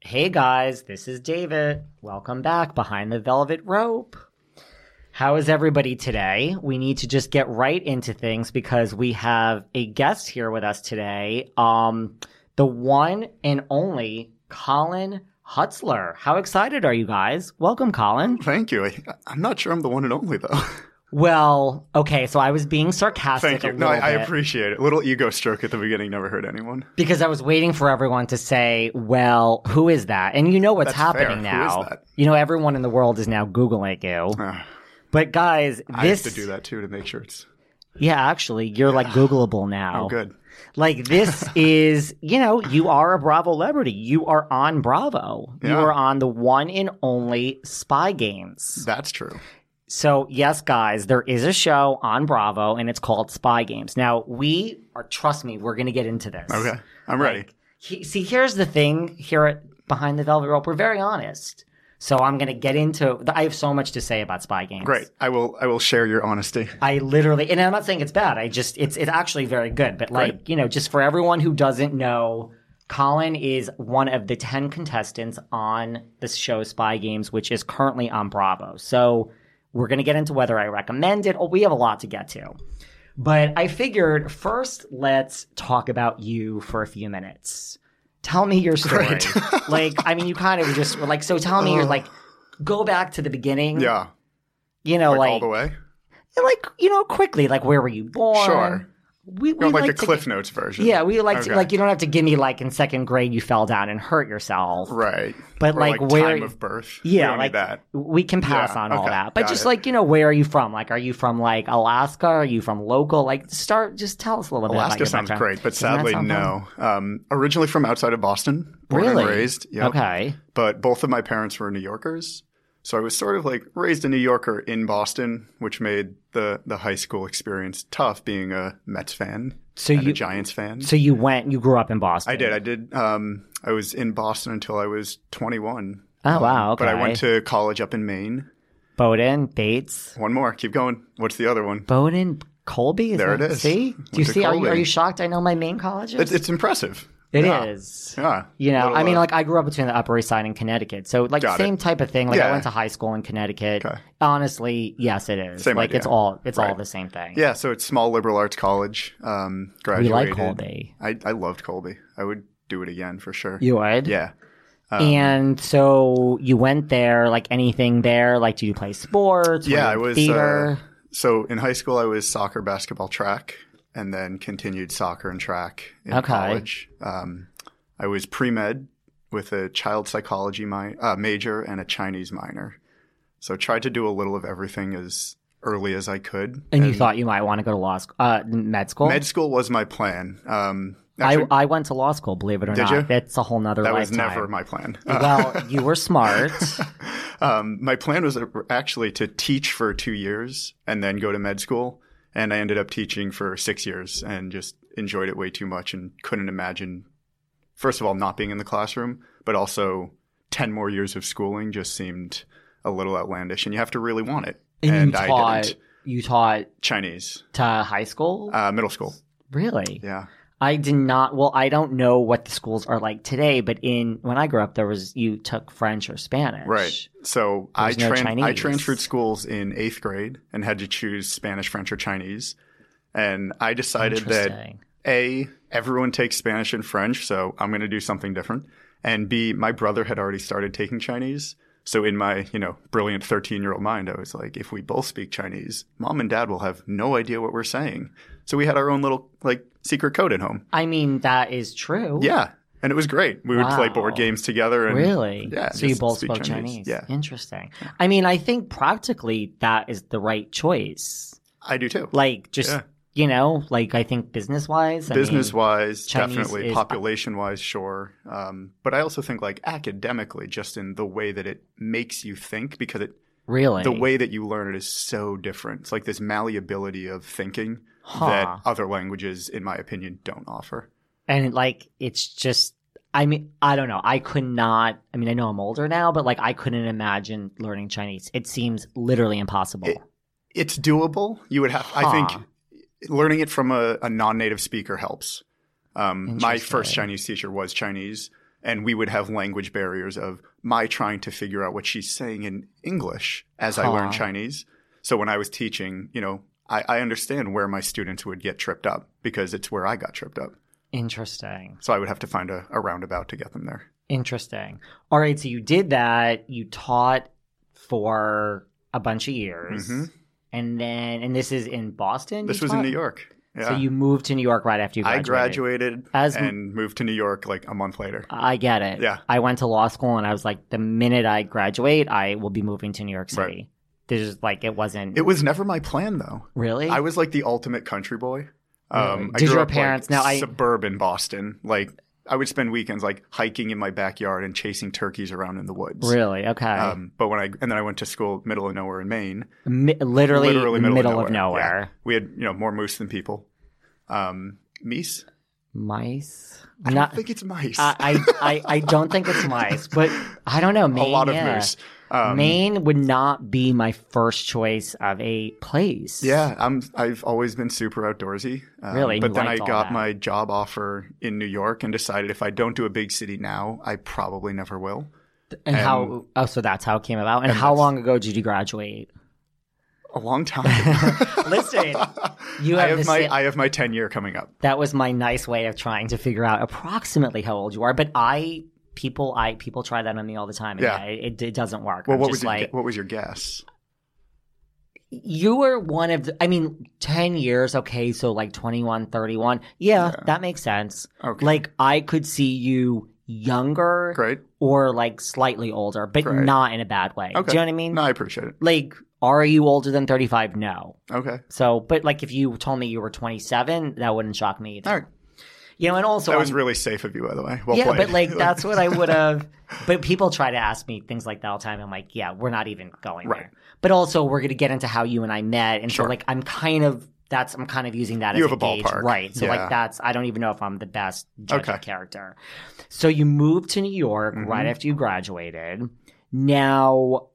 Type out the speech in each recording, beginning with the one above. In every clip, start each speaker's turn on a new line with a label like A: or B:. A: Hey guys, this is David. Welcome back behind the velvet rope. How is everybody today? We need to just get right into things because we have a guest here with us today. Um, the one and only Colin Hutzler. How excited are you guys? Welcome, Colin.
B: Thank you. I, I'm not sure I'm the one and only though.
A: Well, okay, so I was being sarcastic.
B: Thank
A: a
B: you. No, I,
A: little
B: I
A: bit.
B: appreciate it. Little ego stroke at the beginning never hurt anyone.
A: Because I was waiting for everyone to say, well, who is that? And you know what's
B: That's fair.
A: happening
B: Who is
A: now.
B: that?
A: You know, everyone in the world is now Googling you.
B: Ah,
A: But guys, this.
B: I have to do that too to make sure it's
A: Yeah, actually, you're like Googleable now.
B: oh good.
A: Like this is, you know, you are a Bravo celebrity. You are on Bravo. You
B: Yeah.
A: are on the one and only Spy Games.
B: That's true.
A: So, yes, guys, there is a show on Bravo and it's called Spy Games. Now, we are, trust me, we're going to get into this.
B: Okay, I'm ready.
A: He, see, here's the thing here at Behind the Velvet Rope, we're very honest. So, I'm going to get into I have so much to say about Spy Games.
B: Great. I will. I will share your honesty.
A: I literally, and I'm not saying it's bad. I just, it's, it's actually very good. But like, you know, just for everyone who doesn't know, Colin is one of the 10 contestants on the show Spy Games, which is currently on Bravo. So we're going to get into whether I recommend it. Oh, we have a lot to get to. But I figured first, let's talk about you for a few minutes. Tell me your story. like, I mean, you kind of just were like, so tell me, you're like, go back to the beginning.
B: Yeah.
A: You know,
B: Like,
A: like,
B: all the way.
A: and, like you know quickly like where were you born
B: Sure.
A: we, we
B: No, like,
A: like
B: a
A: to-
B: Cliff Notes version.
A: yeah we like to
B: Okay.
A: like you don't have to give me like in second grade you fell down and hurt yourself
B: Right.
A: But,
B: Or,
A: like,
B: like,
A: where-
B: time of birth. We
A: yeah
B: don't need
A: like
B: that.
A: we can pass
B: Yeah,
A: on all
B: okay,
A: that but
B: got
A: just
B: it.
A: like you know where are you from like are you from like alaska are you from local like start just tell us a little bit about
B: Alaska
A: your
B: sounds
A: background.
B: great, but
A: Doesn't that
B: sadly,
A: sound fun?
B: no. Um, originally from outside of Boston, born
A: Really?
B: and raised. Yep.
A: okay
B: But both of my parents were New Yorkers, so I was sort of like raised a New Yorker in Boston, which made the the high school experience tough. Being a Mets fan,
A: So
B: and
A: you-
B: a Giants fan.
A: so you went you grew up in boston
B: I did. I did. Um, I was in Boston until I was 21.
A: Oh, wow,
B: But I went
A: okay.
B: to college up in Maine.
A: bowden bates
B: One more. Keep going. What's the other one?
A: bowden colby is
B: There
A: that-
B: it is.
A: see
B: Went
A: do you
B: to
A: see are you,
B: Colby.
A: are you shocked i know my main colleges
B: It's, it's impressive.
A: It is.
B: yeah. Yeah.
A: You know,
B: Little,
A: I mean,
B: uh,
A: like I grew up between the Upper East Side and Connecticut, so like
B: Got
A: same
B: it.
A: type of thing. Like I
B: Yeah.
A: went to high school in Connecticut.
B: Okay.
A: Honestly, yes, it is.
B: Same
A: like it's
B: idea.
A: all it's all
B: Right.
A: the same thing.
B: Yeah, so it's small liberal arts college. Um,
A: we
B: graduated.
A: like Colby.
B: I, I loved Colby. I would do it again for sure.
A: You would,
B: Yeah. um,
A: And so you went there. Like anything there? Like, do you play sports? Were you
B: yeah,
A: in
B: I was.
A: theater.
B: Uh, so in high school, I was soccer, basketball, track, and then continued soccer and track in
A: Okay.
B: college. Um, I was pre med with a child psychology mi- uh, major and a Chinese minor. So tried to do a little of everything as early as I could.
A: and you thought you might want to go to law school, uh, med school.
B: med school was my plan. Um,
A: I
B: actually,
A: I went to law school. Believe it or
B: Did
A: not,
B: you?
A: that's a whole nother
B: that was
A: lifetime.
B: never my plan.
A: well, you were smart.
B: um, my plan was uh, actually to teach for two years and then go to med school. And I ended up teaching for six years and just enjoyed it way too much and couldn't imagine, first of all, not being in the classroom, but also 10 more years of schooling just seemed a little outlandish, and you have to really want it.
A: And,
B: And,
A: you
B: I
A: taught
B: didn't.
A: you taught
B: Chinese,
A: to high school?
B: uh, middle school.
A: really?
B: Yeah.
A: I did not. Well, I don't know what the schools are like today, but in when I grew up, there was you took French or Spanish.
B: Right. So
A: There
B: I,
A: was no
B: tran- I
A: Chinese.
B: transferred schools in eighth grade and had to choose Spanish, French, or Chinese. And I decided that
A: Interesting.
B: A, everyone takes Spanish and French, so I'm going to do something different. And B, my brother had already started taking Chinese. So in my, you know, brilliant 13 year old mind, I was like, if we both speak Chinese, mom and dad will have no idea what we're saying. So we had our own little like secret code at home.
A: I mean, that is true.
B: Yeah. And it was great. We would play
A: Wow.
B: board games together. And,
A: Really?
B: Yeah.
A: So you
B: just
A: both
B: speak
A: spoke Chinese.
B: Yeah.
A: Interesting. I mean, I think practically that is the right choice.
B: I do too.
A: Like, just
B: Yeah.
A: you know, like I think business wise,
B: business wise,
A: Chinese
B: definitely
A: is-
B: population wise, sure. Um, but I also think like academically, just in the way that it makes you think, because it
A: really
B: the way that you learn it is so different. It's like this malleability of thinking
A: Huh.
B: that other languages, in my opinion, don't offer.
A: and like it's just i mean i don't know i could not i mean i know i'm older now but like i couldn't imagine learning chinese it seems literally impossible
B: It- It's doable. You would have, I
A: Huh.
B: think, learning it from a, a non-native speaker helps. Um, my first
A: Interesting.
B: Chinese teacher was Chinese, and we would have language barriers of my trying to figure out what she's saying in English as I
A: Huh.
B: learned Chinese. So when I was teaching, you know, I, I understand where my students would get tripped up because it's where I got tripped up.
A: interesting
B: So I would have to find a, a roundabout to get them there.
A: interesting all right so you did that you taught for a bunch of years
B: Mhm.
A: and then and this is in boston
B: This
A: you
B: was in
A: taught?
B: New York. Yeah.
A: so you moved to new york right after you
B: I
A: graduated
B: graduated
A: As m-
B: and moved to New York like a month later.
A: I get it.
B: Yeah.
A: I went to law school and I was like, the minute I graduate, I will be moving to New York City.
B: Right.
A: There's just, like, it wasn't
B: It was never my plan though.
A: really.
B: I was like the ultimate country boy.
A: Really?
B: Um, I
A: Did
B: grew
A: your
B: up,
A: parents-
B: like,
A: now I-
B: suburban Boston? Like I would spend weekends like hiking in my backyard and chasing turkeys around in the woods.
A: really okay.
B: Um, but when I and then I went to school middle of nowhere in Maine.
A: Mi- literally,
B: Literally
A: middle,
B: middle of
A: of
B: nowhere, yeah.
A: nowhere.
B: We had you know more moose than people. Um, meese?
A: Mice.
B: I
A: Not.
B: don't think it's mice.
A: I, I, I I don't think it's mice, but I don't know. Maine,
B: a lot
A: yeah.
B: of moose. Um,
A: Maine would not be my first choice of a place.
B: Yeah, I'm. I've always been super outdoorsy. Um,
A: Really? You
B: but then I
A: liked all
B: got
A: that.
B: my job offer in New York and decided if I don't do a big city now, I probably never will.
A: And how? Oh, so that's how it came about. And, how
B: that's-
A: long ago did you graduate?
B: A long time.
A: Listen, you
B: I
A: have,
B: have
A: this,
B: my I have my ten year coming up.
A: that was my nice way of trying to figure out approximately how old you are. But I people I people try that on me all the time. and
B: Yeah.
A: it, it doesn't work.
B: Well,
A: I'm
B: what
A: just
B: was
A: like
B: your, what was your guess?
A: you were one of the, i mean 10 years okay so like 21 31 yeah, that makes sense
B: Okay.
A: like i could see you younger
B: Great.
A: or like slightly older but
B: Great.
A: not in a bad way
B: Okay.
A: do you know what i mean
B: No, I appreciate it.
A: like are you older than 35 no
B: Okay.
A: so but like if you told me you were 27 that wouldn't shock me either
B: All right.
A: you know and also
B: that was
A: I'm-
B: really safe of you, by the way. Well
A: yeah,
B: played.
A: but like that's what I would have. But people try to ask me things like that all the time. I'm like, yeah, we're not even going
B: Right.
A: there. But also, we're going to get into how you and I met, and so
B: Sure.
A: like I'm kind of that's I'm kind of using that
B: You
A: as
B: have a
A: gauge,
B: ballpark.
A: right? So
B: Yeah.
A: like that's I don't even know if I'm the best judge
B: Okay.
A: of character. So you moved to New York right
B: Mhm.
A: after you graduated. Now.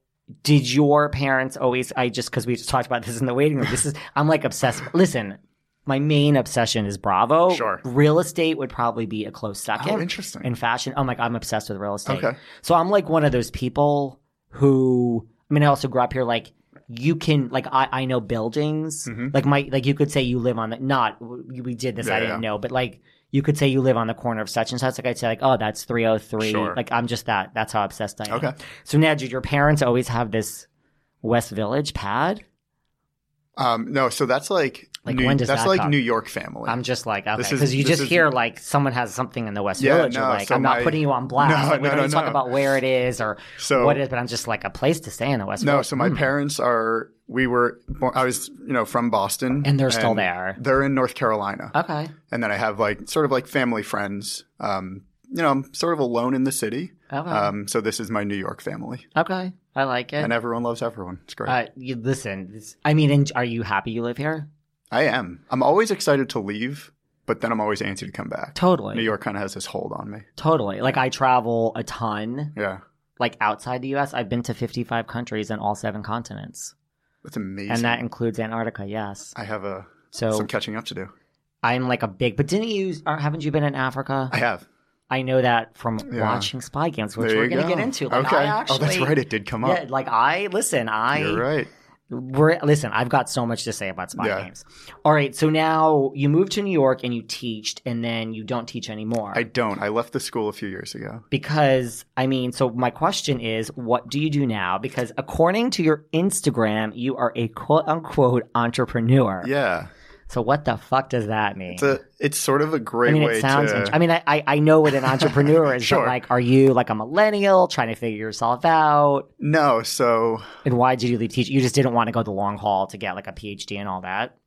A: Did your parents always? I just because we just talked about this in the waiting room. This is I'm like obsessed. Listen, my main obsession is Bravo.
B: Sure.
A: real estate would probably be a close second
B: oh, interesting.
A: in fashion. I'm like, I'm obsessed with real estate.
B: Okay.
A: So I'm like one of those people who, I mean, I also grew up here, like, you can, like, I, I know buildings.
B: Mhm.
A: Like, my, like, you could say you live on the, not, we we did this,
B: Yeah,
A: I didn't
B: yeah.
A: know, but like, you could say you live on the corner of such and such. Like, I'd say, like, oh, that's 303.
B: Sure.
A: Like, I'm just that. That's how obsessed I am.
B: Okay.
A: So now, did your parents always have this West Village pad?
B: Um, no, so that's like,
A: Like,
B: New,
A: when does
B: that's
A: that
B: like
A: come?
B: New York family.
A: I'm just like, okay.
B: This is-
A: Because you
B: this
A: just
B: is-
A: hear, like, someone has something in the West
B: Yeah,
A: Village.
B: no,
A: or, like,
B: so
A: I'm not
B: my-
A: putting you on blast.
B: No,
A: like, we
B: no,
A: don't
B: no,
A: even talk
B: no.
A: about where it is or
B: so
A: what is, but I'm just like a place to stay in the West. Hmm.
B: No,
A: Village.
B: so my parents are. We were. Born, I was, you know, from Boston,
A: And they're still there. Uh,
B: They're in North Carolina,
A: okay,
B: and then I have like sort of like family friends. Um, you know, I'm sort of alone in the city.
A: okay,
B: Um, so this is my New York family,
A: okay. I like it.
B: and everyone loves everyone. It's great.
A: uh, you, listen, this- I mean, and are you happy you live here?
B: I am. I'm always excited to leave, but then I'm always antsy to come back.
A: Totally,
B: New York kind of has this hold on me.
A: Totally. Like I travel a ton.
B: Yeah.
A: like outside the U.S., I've been to 55 countries and all seven continents,
B: That's amazing.
A: and that includes Antarctica. Yes,
B: I have a
A: So-
B: some catching up to do.
A: I'm like a big. But didn't you? or Haven't you been in Africa?
B: I have.
A: I know that from
B: Yeah.
A: watching Spy Games, which
B: There
A: we're
B: you
A: going to
B: go.
A: get into. Like,
B: okay.
A: I actually,
B: oh, that's right. It did come
A: Yeah,
B: up.
A: like I listen. I
B: You're right.
A: we're listen. I've got so much to say about Spy
B: Yeah.
A: Games. All right, so now you moved to New York and you teached, and then you don't teach anymore
B: I don't. I left the school a few years ago.
A: because I mean. So my question is, what do you do now? Because according to your Instagram, you are a quote unquote entrepreneur.
B: Yeah.
A: So what the fuck does that mean?
B: It's a. It's sort of a great
A: I mean,
B: way
A: it sounds.
B: to.
A: int- I mean, I, I I know what an entrepreneur is,
B: Sure.
A: but like, are you like a millennial trying to figure yourself out?
B: no. So
A: And why did you leave teaching? You just didn't want to go the long haul to get like a PhD and all that.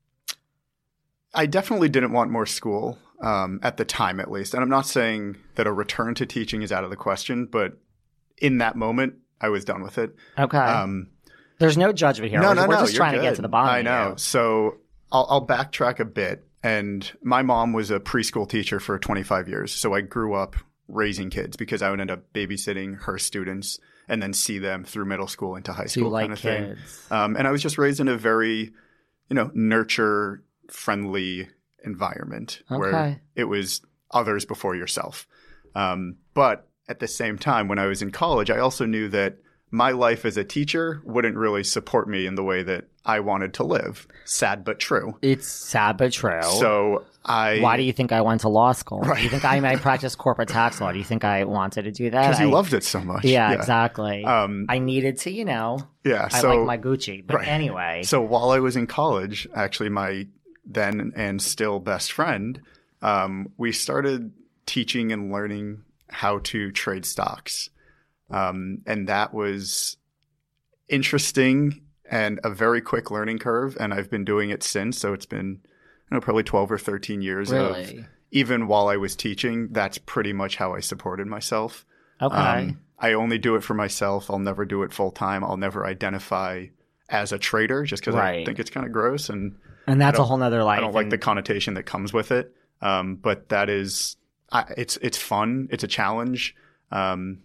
B: I definitely didn't want more school um, at the time, at least. And I'm not saying that a return to teaching is out of the question, but in that moment, I was done with it.
A: Okay.
B: Um,
A: There's no judgment here.
B: No,
A: we're,
B: no,
A: we're
B: no.
A: just
B: you're
A: trying to
B: good.
A: get to the bottom.
B: I
A: of
B: know.
A: it.
B: So I'll, I'll backtrack a bit. And my mom was a preschool teacher for 25 years, so I grew up raising kids because I would end up babysitting her students and then see them through middle school into high
A: So you
B: school
A: like uh,
B: kind of thing.
A: kids.
B: Um, and I was just raised in a very, you know, nurture friendly environment
A: Okay.
B: where it was others before yourself. Um, but at the same time, when I was in college, I also knew that my life as a teacher wouldn't really support me in the way that I wanted to live. Sad but true.
A: It's sad but true.
B: So I.
A: why do you think I went to law school? Do you think I might practice corporate tax law? Do you think I wanted to do that?
B: Because you
A: I-
B: loved it so much.
A: Yeah, exactly.
B: Um,
A: I needed to, you know.
B: yeah.
A: I
B: So
A: like my Gucci, but
B: Right.
A: anyway.
B: So while I was in college, actually, my then and still best friend, um, we started teaching and learning how to trade stocks. Um, and that was interesting and a very quick learning curve. And I've been doing it since. So it's been, I don't know, probably 12 or 13 years of
A: really.
B: even while I was teaching, that's pretty much how I supported myself.
A: Okay.
B: Um, I only do it for myself. I'll never do it full time. I'll never identify as a trader just because
A: Right.
B: I think it's kind of gross and
A: and that's a whole nother life.
B: I don't like
A: and-
B: the connotation that comes with it. Um, but that is, I, it's it's fun. It's a challenge, um,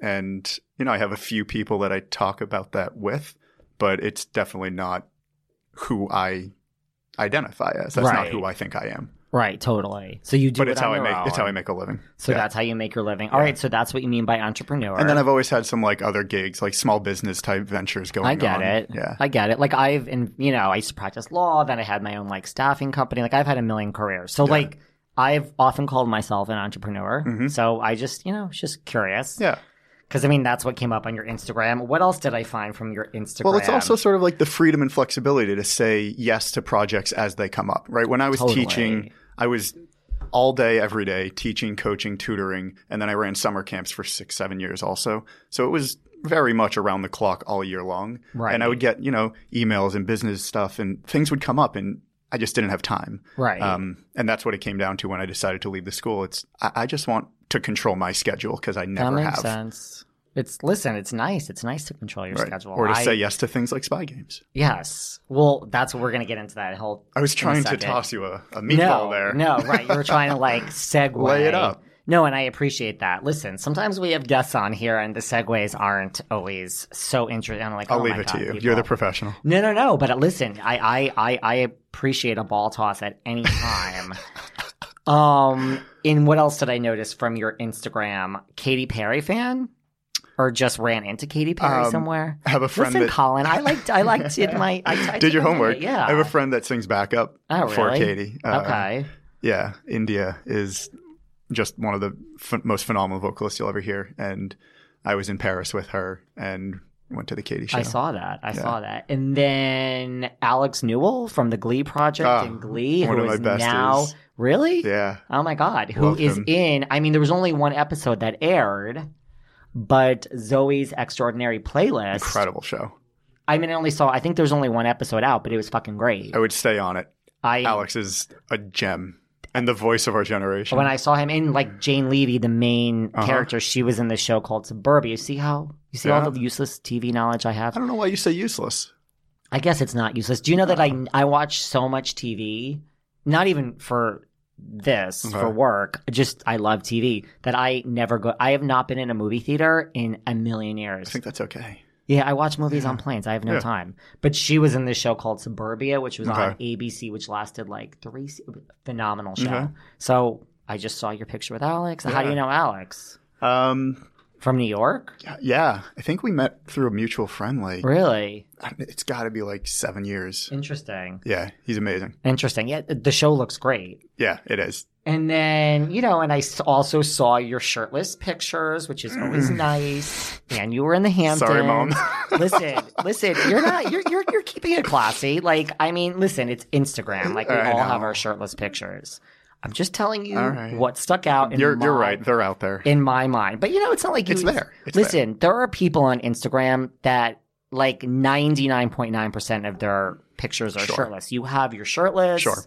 B: and you know I have a few people that I talk about that with, but it's definitely not who I identify as. That's not
A: Right.
B: who I think I am.
A: Right, totally. So you do
B: but
A: it
B: it's
A: on
B: how I
A: your
B: make
A: own.
B: it's how I make a living.
A: So
B: Yeah.
A: that's how you make your living. All right, so that's what you mean by entrepreneur.
B: And then I've always had some like other gigs, like small business type ventures going on.
A: I get it.
B: Yeah.
A: I get it. Like I've, in, you know, I used to practice law. Then I had my own like staffing company. Like I've had a million careers. So
B: Yeah.
A: like I've often called myself an entrepreneur.
B: Mhm.
A: So I just, you know, it's just curious.
B: Yeah.
A: Because I mean, that's what came up on your Instagram. What else did I find from your Instagram?
B: Well, it's also sort of like the freedom and flexibility to say yes to projects as they come up, right? When I was
A: Totally.
B: teaching, I was all day, every day, teaching, coaching, tutoring, and then I ran summer camps for six, seven years also. So it was very much around the clock all year long.
A: Right.
B: And I would get, you know, emails and business stuff and things would come up and I just didn't have time.
A: right.
B: Um, and that's what it came down to when I decided to leave the school. It's, I, I just want to control my schedule because I
A: that
B: never
A: makes
B: have.
A: sense. It's listen. It's nice. It's nice to control your
B: Right.
A: schedule.
B: Or to
A: I-
B: say yes to things like spy games.
A: yes. Well, that's what we're gonna get into that whole
B: I was trying to
A: second.
B: toss you a, a meatball
A: no,
B: there.
A: No, right. You were trying to like segue.
B: Lay it up.
A: No, and I appreciate that. Listen, sometimes we have guests on here and the segues aren't always so interesting. I'm like,
B: I'll
A: oh
B: leave
A: my
B: it to
A: God,
B: you.
A: people.
B: You're the professional.
A: No, no, no. But uh, listen, I, I, I, I appreciate a ball toss at any time. um, and what else did I notice from your Instagram? Katy Perry fan, or just ran into Katy Perry
B: Um,
A: somewhere?
B: I have a friend
A: Listen,
B: that
A: Colin, I liked, I liked it. My, I, I
B: did your
A: took a
B: homework.
A: minute, Yeah.
B: I have a friend that sings backup
A: Oh,
B: for
A: really?
B: Katie. Uh,
A: okay.
B: Yeah, India is just one of the ph most phenomenal vocalists you'll ever hear. And I was in Paris with her and went to the Katie show.
A: I saw that. I saw that. And then Alex Newell from the Glee Project
B: Ah,
A: and Glee,
B: one
A: who
B: of my
A: is
B: besties.
A: now really,
B: Yeah.
A: oh my god, who is
B: Love him.
A: in? I mean, there was only one episode that aired, but Zoe's Extraordinary Playlist.
B: Incredible show.
A: I mean, I only saw. I think there's only one episode out, but it was fucking great.
B: I would stay on it.
A: I
B: Oh, Alex is a gem and the voice of our generation.
A: when I saw him in like Jane Levy, the main
B: Uh-huh.
A: character, she was in this show called Suburbia. You see how you see all
B: Yeah.
A: the useless TV knowledge I have.
B: I don't know why you say useless. Uh-huh.
A: I guess it's not useless. Do you know that I I watch so much TV, not even for this
B: Okay.
A: for work. Just I love TV that I never go. I have not been in a movie theater in a million years.
B: I think that's okay.
A: Yeah, I watch movies on planes. I have no
B: Yeah.
A: time. But she was in this show called Suburbia, which was on
B: Okay.
A: ABC, which lasted like three. se- Phenomenal show.
B: Okay.
A: So I just saw your picture with Alex. How do
B: Yeah.
A: you know Alex
B: Um,
A: from New York?
B: yeah, I think we met through a mutual friend. Like,
A: Really
B: I- it's got to be like seven years.
A: interesting.
B: Yeah, he's amazing.
A: Interesting. Yeah, the show looks great.
B: Yeah, it is.
A: And then, you know, and I s- also saw your shirtless pictures, which is always nice. And you were in the Hamptons.
B: Mm. Sorry, Mom.
A: listen, listen, you're not you're, you're you're keeping it classy. Like, I mean, listen, it's Instagram. Like we
B: I
A: all have
B: know.
A: our shirtless pictures. I'm just telling you
B: All right.
A: what stuck out in
B: you're
A: my,
B: you're right. They're out there.
A: in my mind. But you know, it's not like you
B: It's there. It's
A: listen, there are people on Instagram that like 99.9% of their pictures are
B: Sure.
A: shirtless. You have your shirtless.
B: Sure.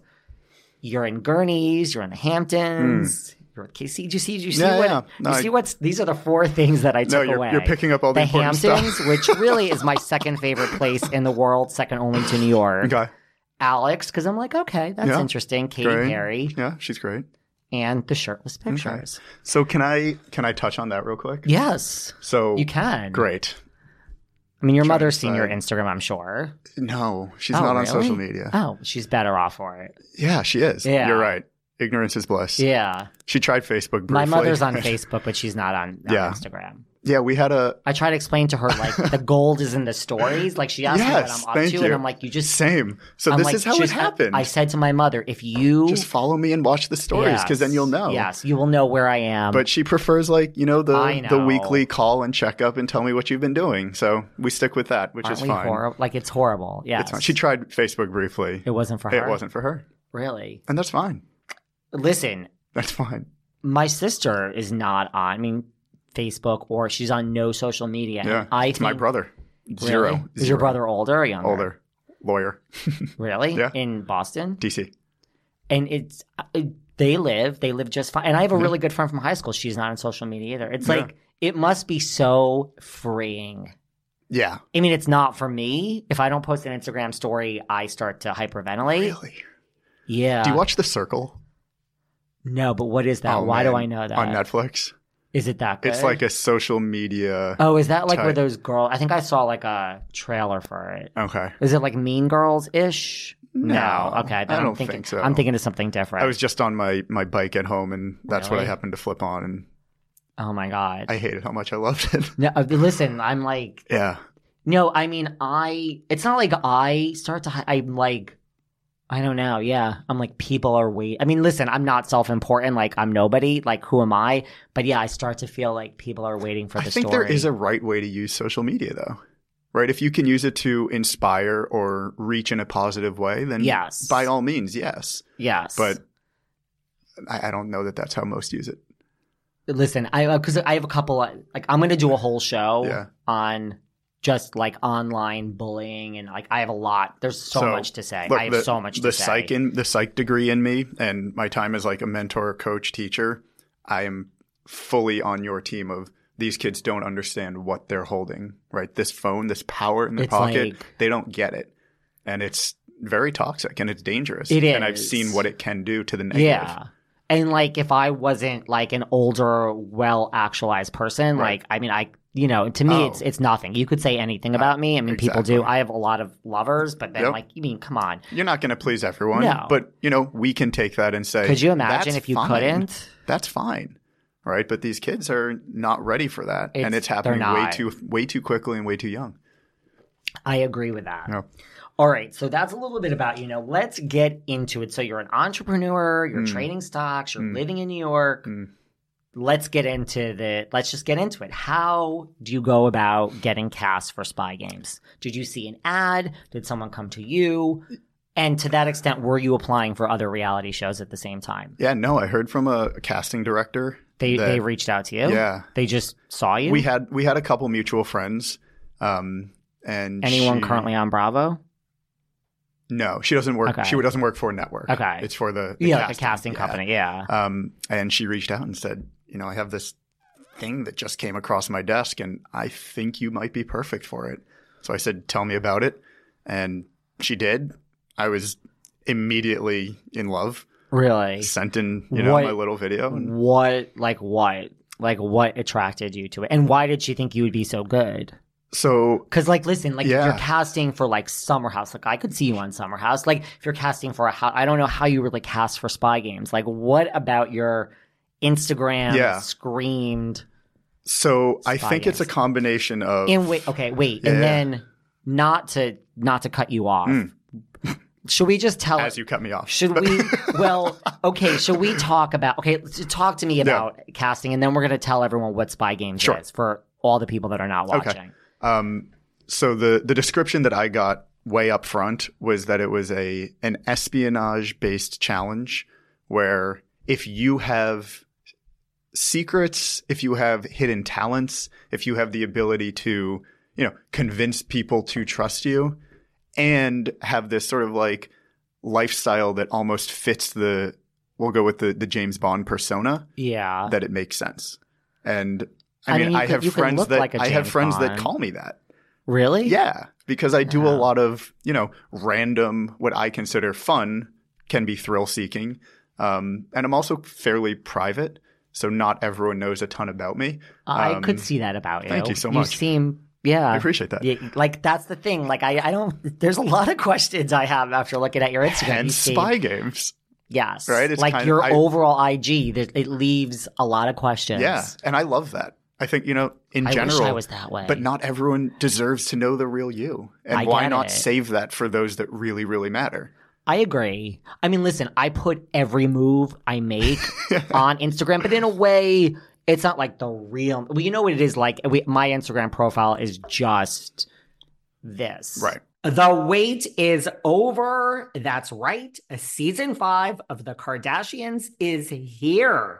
A: You're in Gurney's, you're in the Hamptons. You're with KC. Do you see? Do you see
B: Hmm. Yeah,
A: what?
B: yeah. No,
A: you
B: I-
A: see what's? These are the four things that I took
B: No, you're,
A: away.
B: you're picking up all the,
A: the
B: important
A: Hamptons,
B: stuff.
A: which really is my second favorite place in the world, second only to New York.
B: okay.
A: Alex, because I'm like, okay, that's
B: Yeah.
A: interesting. Katy
B: Great.
A: Perry
B: Yeah, she's great.
A: and the shirtless pictures.
B: So can I can I touch on that real quick?
A: Yes,
B: So
A: you can.
B: Great.
A: I mean, your
B: Trying
A: mother's
B: to
A: seen your
B: decide.
A: Instagram, I'm sure.
B: No, she's
A: Oh,
B: not on
A: really?
B: social media.
A: Oh, she's better off for it.
B: Yeah, she is.
A: Yeah.
B: You're right. Ignorance is bliss.
A: Yeah.
B: She tried Facebook briefly.
A: My mother's on Facebook, but she's not on, on
B: Yeah.
A: Instagram.
B: yeah, we had a
A: I try to explain to her, like, the gold is in the stories. Like, she asked
B: Yes,
A: me what I'm up
B: thank
A: to,
B: you.
A: and I'm like, you just.
B: same. So
A: I'm
B: this
A: like,
B: is how it
A: just- uh,
B: happened.
A: I said to my mother, if you.
B: Just follow me and watch the stories because then
A: Yes.
B: you'll know.
A: Yes, you will know where I am.
B: But she prefers like, you know, the
A: I
B: the
A: know.
B: weekly call and check up and tell me what you've been doing. So we stick with that, which
A: Aren't
B: is
A: we
B: fine.
A: horrib- Like it's horrible. Yes,
B: It's fine. She tried Facebook briefly.
A: it wasn't for her.
B: It wasn't for her.
A: really.
B: And that's fine.
A: Listen,
B: That's fine.
A: my sister is not on. I mean, Facebook or she's on no social media. and
B: Yeah.
A: I
B: it's my
A: think-
B: brother.
A: Really?
B: Zero.
A: Is your
B: Zero.
A: brother older or younger?
B: Older. Lawyer.
A: Really?
B: Yeah.
A: In Boston,
B: DC.
A: and it's uh, they live they live just fine. And I have a really good friend from high school. She's not on social media either. It's
B: Mm-hmm. Yeah.
A: like it must be so freeing.
B: Yeah.
A: I mean, it's not for me. If I don't post an Instagram story, I start to hyperventilate.
B: Really?
A: Yeah.
B: Do you watch The Circle?
A: No, but what is that?
B: Oh,
A: Why do
B: man.
A: I know that?
B: On Netflix.
A: Is it that good?
B: It's like a social media.
A: Oh, is that like where
B: type.
A: those girls? I think I saw like a trailer for it.
B: okay.
A: Is it like Mean Girls ish?
B: No,
A: Okay, then
B: I
A: I'm
B: don't
A: thinking,
B: think so.
A: I'm thinking of something different.
B: I was just on my, my bike at home and that's what I
A: Really?
B: happened to flip on and
A: oh my god.
B: I hated how much I loved it.
A: no, uh, listen, I'm like,
B: yeah.
A: no, I mean, I. It's not like I start to. hi- I'm like, I don't know. Yeah, I'm like, people are wait. I mean, listen, I'm not self important. Like, I'm nobody. Like, who am I? But yeah, I start to feel like people are waiting for
B: I
A: the
B: think
A: story.
B: there is a right way to use social media though. Right? If you can use it to inspire or reach in a positive way, then
A: Yes.
B: by all means, yes.
A: yes,
B: But I, I don't know that that's how most use it.
A: Listen, I because I have a couple. Like, I'm gonna do a whole show
B: Yeah.
A: on just like online bullying, and like I have a lot. There's so,
B: So,
A: much to say.
B: Look,
A: I have
B: the,
A: so much
B: the
A: to say.
B: psych in the psych degree in me and my time as like a mentor, coach, teacher, I am fully on your team of these kids don't understand what they're holding, right? This phone, this power in their
A: It's
B: pocket,
A: like-
B: they don't get it. And it's very toxic and it's dangerous.
A: It
B: And I've
A: is.
B: seen what it can do to the negative.
A: yeah. And like, if I wasn't like an older, well actualized person,
B: Right.
A: like I mean, I you know, to me,
B: Oh.
A: it's it's nothing. You could say anything about me. I mean, people do.
B: Exactly.
A: I have a lot of lovers, but then
B: Yep.
A: like, you mean, come on?
B: You're not going to please everyone,
A: No.
B: but you know, we can take that and say,
A: Could you imagine
B: "That's
A: if you
B: fine.
A: couldn't?
B: that's fine right but these kids are not ready for that and
A: It's-
B: it's happening
A: they're
B: way
A: not.
B: too way too quickly and way too young
A: I agree with that.
B: No.
A: All right, so that's a little bit about you know. Let's get into it. So you're an entrepreneur. You're
B: Mm.
A: trading stocks. You're
B: Mm.
A: living in New York.
B: Mm.
A: Let's get into the. Let's just get into it. How do you go about getting cast for Spy Games? Did you see an ad? Did someone come to you? And to that extent, were you applying for other reality shows at the same time?
B: yeah no i heard from a casting director
A: They
B: that-
A: they reached out to you.
B: yeah
A: They just saw you.
B: we had we had a couple mutual friends um and
A: anyone
B: she-
A: currently on Bravo?
B: no she doesn't work
A: Okay.
B: she doesn't work for a network
A: Okay.
B: it's for the, the
A: yeah,
B: casting.
A: like a casting
B: Yeah.
A: company. Yeah.
B: um and she reached out and said you know i have this thing that just came across my desk and i think you might be perfect for it so i said tell me about it and she did i was immediately in love
A: Really?
B: sent in, you know,
A: What-
B: my little video. And
A: What? Like what? Like what attracted you to it? And why did she think you would be so good?
B: so
A: Because like, listen, like if
B: Yeah.
A: you're casting for like Summer House, like I could see you on Summer House. Like if you're casting for a house, I don't know how you really cast for spy games. Like what about your Instagram
B: Yeah.
A: screamed?
B: so I
A: Spy
B: think it's a
A: games.
B: combination of
A: And wait, okay, wait,
B: Yeah. Mm.
A: and then not to not to cut you off. Should we just tell
B: as you cut me off.
A: Should we? Well, okay. Should we talk about? Okay, s- talk to me about casting, and then we're going to tell everyone what Spy Games
B: Sure.
A: is for all the people that are not watching.
B: Um, so the the description that I got way up front was that it was a an espionage based challenge where if you have secrets, if you have hidden talents, if you have the ability to you know convince people to trust you, and have this sort of like lifestyle that almost fits the we'll go with the the James Bond persona
A: Yeah.
B: that it makes sense. And I,
A: Uh, I
B: mean,
A: mean, you
B: I
A: could-
B: have
A: you could
B: friends
A: look
B: that
A: like a
B: I have
A: James
B: friends that
A: Bond.
B: call me that.
A: really?
B: Yeah, because I do a
A: Yeah.
B: lot of you know random what I consider fun can be thrill seeking, um, and I'm also fairly private, so not everyone knows a ton about me.
A: I
B: Um,
A: could see that about you.
B: thank you so much.
A: You seem. Yeah.
B: I appreciate that.
A: Uh, Yeah, like that's the thing. Like I, I don't. There's a lot of questions I have after looking at your Instagram.
B: Hence,
A: You seem-
B: spy games.
A: Yes.
B: right? It's
A: like
B: kind of-
A: your
B: I-
A: overall IG, that it leaves a lot of questions.
B: Yeah, and I love that. I think you know in
A: I
B: general.
A: wish I was that way.
B: But not everyone deserves to know the real you. And
A: I
B: why
A: get
B: not
A: it.
B: save that for those that really, really matter?
A: I agree. I mean, listen, I put every move I make on Instagram, but in a way, it's not like the real. Well, you know what it is like. We, my Instagram profile is just this.
B: Right.
A: The wait is over. That's right. Season five of The Kardashians is here.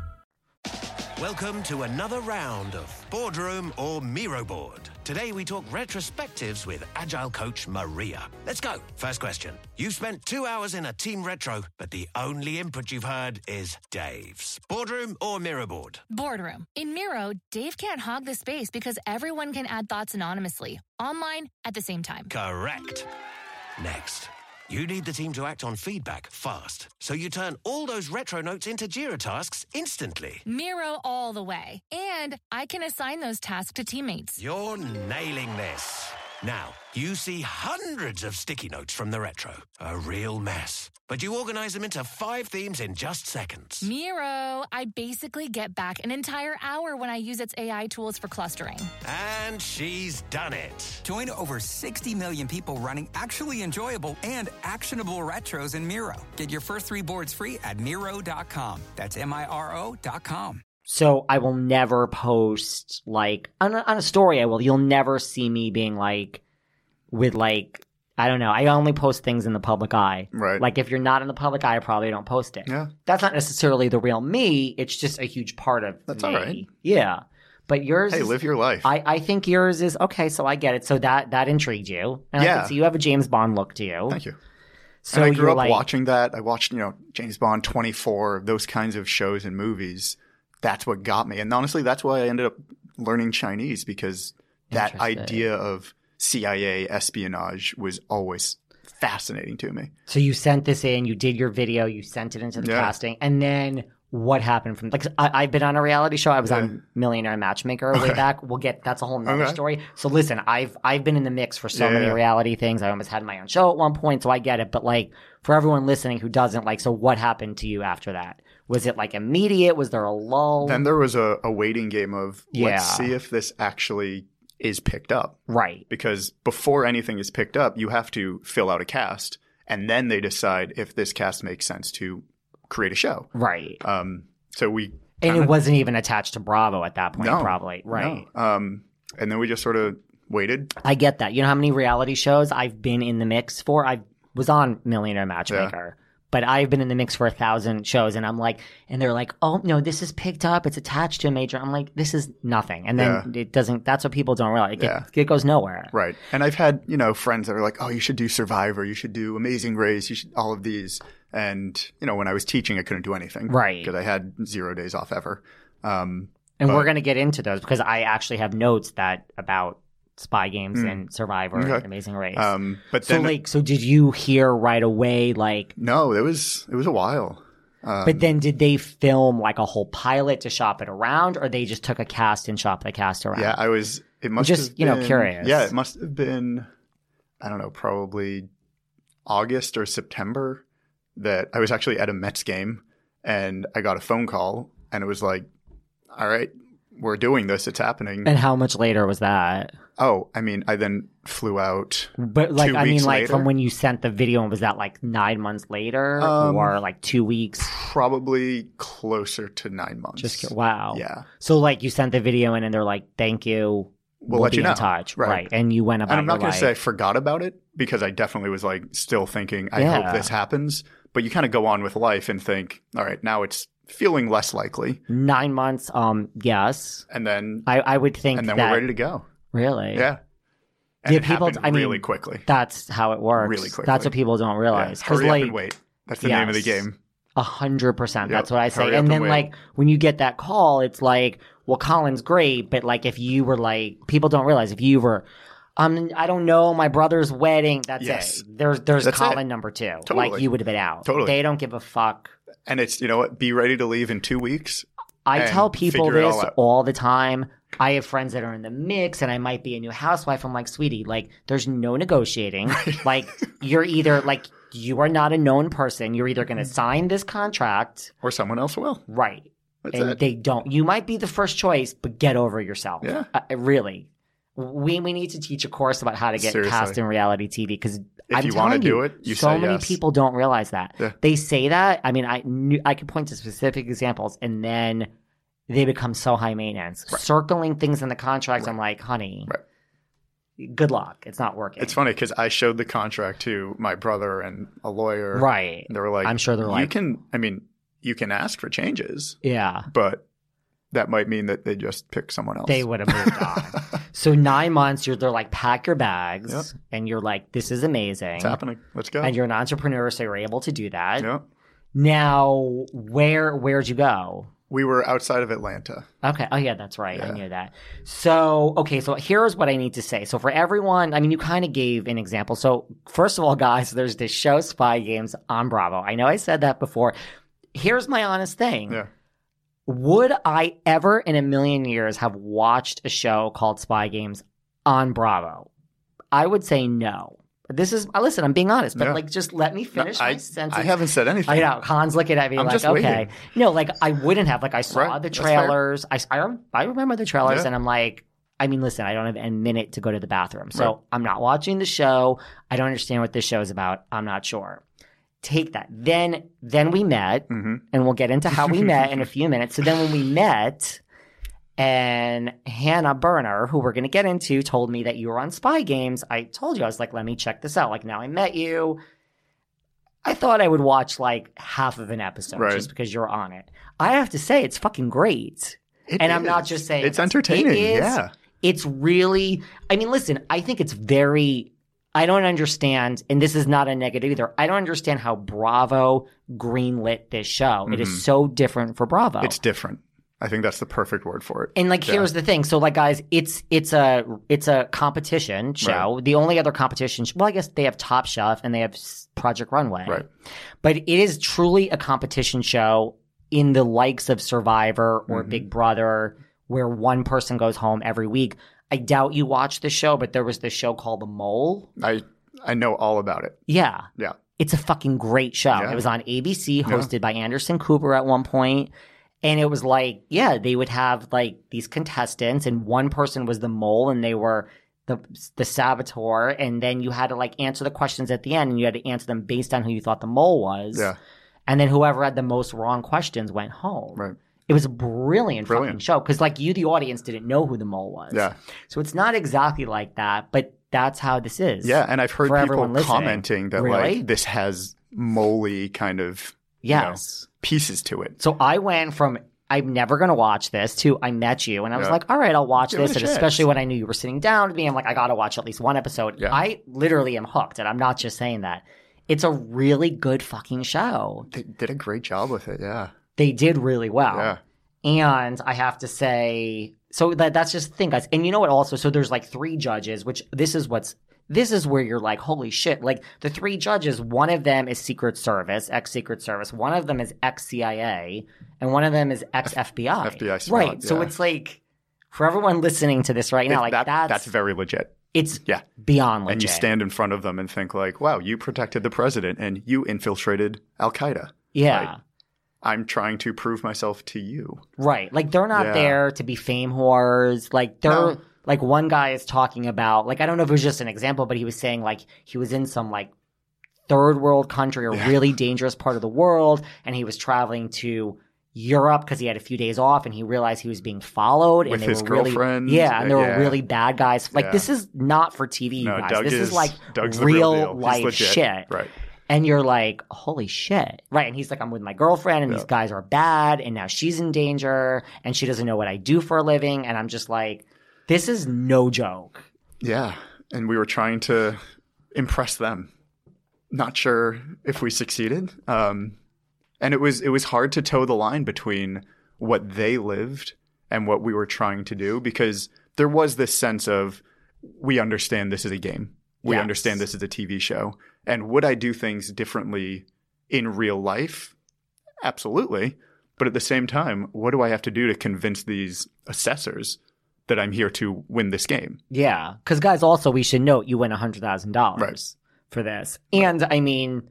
C: Welcome to another round of Boardroom or Miro Board. Today we talk retrospectives with Agile coach Maria. Let's go. First question. You've spent two hours in a team retro, but the only input you've heard is Dave's. Boardroom or Miro Board?
D: Boardroom. In Miro, Dave can't hog the space because everyone can add thoughts anonymously, online at the same time.
C: Correct. Next. You need the team to act on feedback fast, so you turn all those retro notes into Jira tasks instantly.
D: Miro all the way. And I can assign those tasks to teammates.
C: You're nailing this. Now, you see hundreds of sticky notes from the retro. A real mess. But you organize them into five themes in just seconds.
D: Miro, I basically get back an entire hour when I use its AI tools for clustering.
C: And she's done it.
E: Join over 60 million people running actually enjoyable and actionable retros in Miro. Get your first three boards free at Miro.com. That's M I R O.com.
A: So I will never post like on a, on a story. I will. You'll never see me being like with like I don't know. I only post things in the public eye.
B: Right.
A: Like if you're not in the public eye, I probably don't post it.
B: Yeah.
A: That's not necessarily the real me. It's just a huge part of
B: That's
A: me.
B: all right.
A: Yeah. But yours.
B: Hey,
A: is-
B: live your life.
A: I, I think yours is okay, so I get it. So that that intrigued you, and I
B: Yeah.
A: can see you have a James Bond look to you.
B: Thank you.
A: So
B: and I grew
A: you're
B: up
A: like,
B: watching that. I watched, you know, James Bond 24, those kinds of shows and movies. That's what got me. And honestly, that's why I ended up learning Chinese because that
A: Interesting.
B: idea of CIA espionage was always fascinating to me.
A: So you sent this in, you did your video, you sent it into the
B: Yeah.
A: casting, and then what happened from like I, I've been on a reality show. I was on Millionaire Matchmaker way back. We'll get that's a whole nother
B: Okay.
A: story. So listen, I've I've been in the mix for so many
B: Yeah.
A: reality things. I almost had my own show at one point, so I get it. But like for everyone listening who doesn't, like, so what happened to you after that? Was it like immediate? Was there a lull?
B: Then there was a, a waiting game of
A: Yeah.
B: let's see if this actually is picked up.
A: right.
B: Because before anything is picked up, you have to fill out a cast, and then they decide if this cast makes sense to create a show.
A: Right.
B: Um, so we
A: and it wasn't even attached to Bravo at that point,
B: No,
A: probably. Right.
B: no. Um, and then we just sort of waited.
A: I get that. You know how many reality shows I've been in the mix for? I was on Millionaire Matchmaker. But I've been in the mix for a thousand shows, and I'm like, and they're like, oh no, this is picked up, it's attached to a major. I'm like, this is nothing, and then it doesn't. That's what people don't realize. It,
B: Yeah.
A: it goes nowhere.
B: Right. And I've had, you know, friends that are like, oh, you should do Survivor. You should do Amazing Race. You should all of these. And, you know, when I was teaching, I couldn't do anything.
A: Right.
B: Because I had zero days off ever. Um,
A: And we're gonna get into those because I actually have notes that about Spy Games and Survivor and
B: Hmm. Okay.
A: Amazing Race.
B: um, but
A: so
B: then,
A: like, so did you hear right away? Like,
B: no, it was, it was a while.
A: But then
B: Um,
A: did they film like a whole pilot to shop it around or they just took a cast and shop the cast around?
B: Yeah. I was, it must
A: Just,
B: have
A: you know,
B: been-
A: curious.
B: Yeah. It must have been, I don't know, probably August or September that I was actually at a Mets game and I got a phone call and it was like, all right, we're doing this. It's happening.
A: And how much later was that?
B: Oh, I mean, I then flew out.
A: But like
B: Two
A: I mean
B: weeks
A: like
B: later?
A: from when you sent the video was that like 9 months later
B: Um,
A: or like 2 weeks?
B: Probably closer to nine months.
A: Just ki- wow.
B: Yeah.
A: So like you sent the video in and they're like thank you.
B: We'll let
A: be
B: you
A: in
B: know."
A: touch.
B: Right.
A: And you went about
B: And I'm not
A: your
B: going to say I
A: life.
B: forgot about it because I definitely was like still thinking, I
A: Yeah.
B: hope this happens. But you kind of go on with life and think, all right, now it's feeling less likely.
A: 9 months um yes.
B: And then,
A: I I would think
B: and then
A: that
B: we're ready to go.
A: Really?
B: Yeah. And
A: Yeah,
B: it
A: people-
B: happened
A: I mean,
B: really quickly.
A: That's how it works.
B: Really
A: That's
B: quickly.
A: what people don't
B: Yeah.
A: realize. 'Cause,
B: Hurry
A: like,
B: up and wait. That's the name of the
A: yes.
B: game.
A: A hundred percent.
B: Yep.
A: That's what I say.
B: Hurry up
A: And
B: and
A: then
B: wait.
A: like when you get that call, it's like, well, Colin's great, but like if you were like, people don't realize if you were, um, I don't know, my brother's wedding. That's
B: Yes.
A: it. There's there's
B: That's
A: Colin
B: it.
A: number two. Like
B: Totally.
A: you would have been out.
B: Totally.
A: They don't give a fuck.
B: And it's, you know what? Be ready to leave in two weeks.
A: I
B: And
A: tell people
B: figure it
A: this
B: all out.
A: all the time. I have friends that are in the mix and I might be a new housewife. I'm like, sweetie, like, there's no negotiating. Like, you're either, like, you are not a known person. You're either going
B: Mm-hmm.
A: to sign this contract,
B: Or someone else will.
A: right?
B: That's
A: and
B: it.
A: they don't. You might be the first choice, but get over yourself.
B: Yeah.
A: Uh, really. We, we need to teach a course about how to get
B: Seriously.
A: cast in reality TV because
B: If
A: I'm
B: you
A: want
B: wanna
A: to
B: do it, you
A: so
B: say
A: many
B: yes.
A: people don't realize that
B: Yeah.
A: they say that. I mean, I knew, I could point to specific examples, and then they become so high maintenance, circling things in the contracts. I'm like, honey, good luck. It's not working.
B: It's funny because I showed the contract to my brother and a lawyer.
A: right?
B: And they were like,
A: I'm sure they're
B: you
A: like-
B: can, I mean, you can ask for changes,
A: Yeah.
B: but that might mean that they just pick someone else.
A: They would have moved on. So nine months, you're they're like, pack your bags,
B: Yep.
A: and you're like, this is amazing.
B: It's happening. Let's go.
A: And you're an entrepreneur, so you're able to do that.
B: Yeah.
A: Now, where where'd you go?
B: We were outside of Atlanta.
A: Okay. Oh yeah, that's right. I knew that. So okay, so here's what I need to say. So for everyone, I mean, you kind of gave an example. So first of all, guys, there's this show, Spy Games, on Bravo. I know I said that before. Here's my honest thing.
B: Yeah.
A: Would I ever in a million years have watched a show called Spy Games on Bravo? I would say no. This is uh, listen. I'm being honest, but
B: Yeah.
A: like, just let me
B: No,
A: finish my
B: I,
A: sentence.
B: I haven't said anything.
A: I know. Hans looking at me
B: I'm
A: like,
B: just
A: okay.
B: waiting.
A: No, like I wouldn't have. Like I saw
B: Right,
A: the
B: that's fair.
A: trailers. I, I, rem- I remember the trailers
B: Yeah.
A: and I'm like, I mean, listen, I don't have a minute to go to the bathroom. So I'm not watching the show. I don't understand what this show is about. I'm not sure. Take that. Then then we met
B: Mhm.
A: and we'll get into how we met in a few minutes. So then when we met and Hannah Berner, who we're going to get into, told me that you were on Spy Games. I told you, I was like, let me check this out. Like, now I met you. I thought I would watch like half of an episode
B: Right.
A: just because you're on it. I have to say, it's fucking great.
B: It
A: and I'm
B: is.
A: not just saying
B: It's entertaining,
A: It is.
B: yeah.
A: It's really, I mean, listen, I think it's very, I don't understand, and this is not a negative either. I don't understand how Bravo greenlit this show. It is so different for Bravo
B: Mm-hmm. It's different. I think that's the perfect word for it.
A: Oh. and like here's the thing so like guys it's it's a it's a competition show the only other competition sh- well i guess they have top chef and they have S- project runway
B: Right.
A: but it is truly a competition show in the likes of Survivor or Big Brother, where one person goes home every week. I doubt you watched the show, but there was this show called The Mole.
B: I I know all about it.
A: Yeah.
B: Yeah.
A: It's a fucking great show.
B: Yeah.
A: It was on ABC, hosted by Anderson Cooper at one point, And it was like, yeah, they would have like these contestants, and one person was the mole, and they were the the saboteur. And then you had to like answer the questions at the end, and you had to answer them based on who you thought the mole was.
B: Yeah.
A: And then whoever had the most wrong questions went home.
B: Right.
A: It was a brilliant, fucking
B: Brilliant.
A: show because like you, the audience, didn't know who the mole was.
B: Yeah.
A: So it's not exactly like that, but that's how this is.
B: Yeah, and I've heard
A: For
B: people
A: everyone listening.
B: commenting that
A: Really?
B: like this has moly kind of you know,
A: Yes.
B: pieces to it.
A: So I went from I'm never gonna watch this to I met you, and I was
B: Yeah.
A: like, all right, I'll watch
B: Give it
A: this,
B: a
A: and
B: chance.
A: especially when I knew you were sitting down with me, I'm like, I gotta watch at least one episode.
B: Yeah.
A: I literally am hooked, and I'm not just saying that. It's a really good fucking show.
B: They did a great job with it. Yeah,
A: They did really well.
B: yeah,
A: And I have to say, so that that's just the thing, guys. And you know what? Also, so there's like three judges, which this is what's this is where you're like, holy shit! Like the three judges, one of them is Secret Service, ex Secret Service, one of them is ex CIA, and one of them is ex FBI.
B: FBI SWAT,
A: right? So
B: yeah.
A: it's like for everyone listening to this right now, like
B: that,
A: that's
B: that's very legit.
A: it's
B: yeah.
A: beyond legit.
B: And you stand in front of them and think like, "Wow, you protected the president and you infiltrated Al Qaeda."
A: yeah.
B: Like, I'm trying to prove myself to you.
A: Right. Like they're not
B: Yeah.
A: there to be fame whores. Like they're
B: No.
A: like one guy is talking about like I don't know if it was just an example, but he was saying like he was in some like third world country or really dangerous part of the world and he was traveling to Europe because he had a few days off and he realized he was being followed
B: With
A: and they
B: his
A: were
B: girlfriend.
A: really yeah and there
B: Yeah.
A: were really bad guys like
B: Yeah.
A: this is not for TV you
B: No,
A: guys
B: Doug
A: this is,
B: is-
A: like
B: Doug's the
A: real,
B: real deal. He's
A: life
B: legit.
A: shit
B: Right.
A: and you're like, holy shit. Right. And he's like, I'm with my girlfriend and these guys are bad and now she's in danger and she doesn't know what I do for a living. And I'm just like, this is no joke.
B: Yeah, and we were trying to impress them. Not sure if we succeeded. Um, and it was it was hard to toe the line between what they lived and what we were trying to do because there was this sense of we understand this is a game. We
A: Yes.
B: understand this is a TV show. And would I do things differently in real life? Absolutely. But at the same time, what do I have to do to convince these assessors that I'm here to win this game?
A: Yeah. Cause guys, also, we should note you win $100,000
B: Right.
A: for this. And I mean,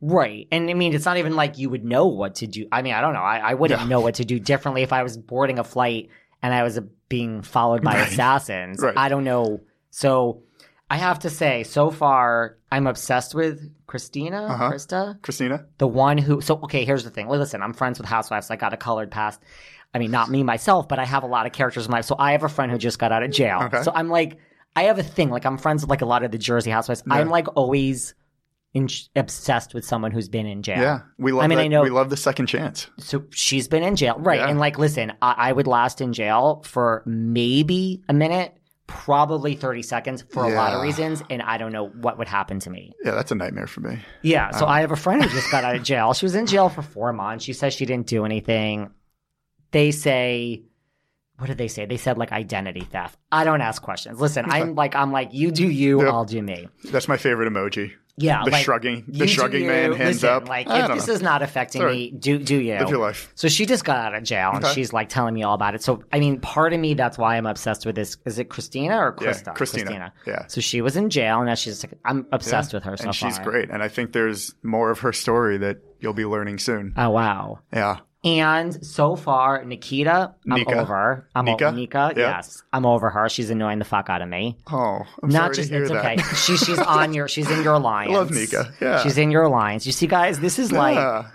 A: right. And I mean, it's not even like you would know what to do. I mean, I don't know. I, I wouldn't know what to do differently if I was boarding a flight and I was uh, being followed by assassins.
B: Right.
A: I don't know. So I have to say, so far, I'm obsessed with Christina,
B: Uh-huh.
A: Krista,
B: Christina?
A: the one who. So, okay, here's the thing. Well, Listen, I'm friends with housewives. I got a colored past. I mean, not me myself, but I have a lot of characters in my life. So I have a friend who just got out of jail.
B: Okay.
A: So I'm like, I have a thing. Like, I'm friends with like a lot of the Jersey housewives. I'm like always in- obsessed with someone who's been in jail.
B: Yeah. We love
A: I mean,
B: that-
A: I know-
B: we love the second chance.
A: So she's been in jail. Right.
B: Yeah.
A: And like, listen, I-, I would last in jail for maybe a minute, probably 30 seconds for a lot of
B: Yeah.
A: reasons. And I don't know what would happen to me.
B: Yeah, that's a nightmare for me.
A: Yeah.
B: Uh-huh.
A: So I have a friend who just got out of jail. She was in jail for four months. She says she didn't do anything. They say, what did they say? They said like identity theft. I don't ask questions. Listen, I'm like, I'm like, you do you,
B: Yep.
A: I'll do me.
B: That's my favorite emoji.
A: Yeah.
B: The
A: like,
B: shrugging- the
A: you do
B: shrugging
A: you.
B: man, hands
A: Listen,
B: up.
A: Like,
B: I
A: if
B: don't
A: this
B: know.
A: is not affecting
B: Sorry.
A: me, do do you.
B: Live your life.
A: So she just got out of jail and
B: Okay.
A: she's like telling me all about it. So I mean, part of me that's why I'm obsessed with this. Is it Christina or
B: Yeah,
A: Krista?
B: Christina. Yeah.
A: So she was in jail and now she's like, I'm obsessed with her so
B: and she's
A: far.
B: great. And I think there's more of her story that you'll be learning soon.
A: Oh wow.
B: yeah.
A: And so far, Nikita, I'm
B: Nika.
A: over. I'm
B: Nika?
A: over Nika.
B: Yeah.
A: Yes, I'm over her. She's annoying the fuck out of me.
B: Oh, I'm
A: Not
B: sorry
A: just
B: to hear
A: it's
B: that.
A: okay. She, she's on your. She's in your alliance.
B: love Nika. Yeah.
A: She's in your alliance. You see, guys, this is like
B: Yeah.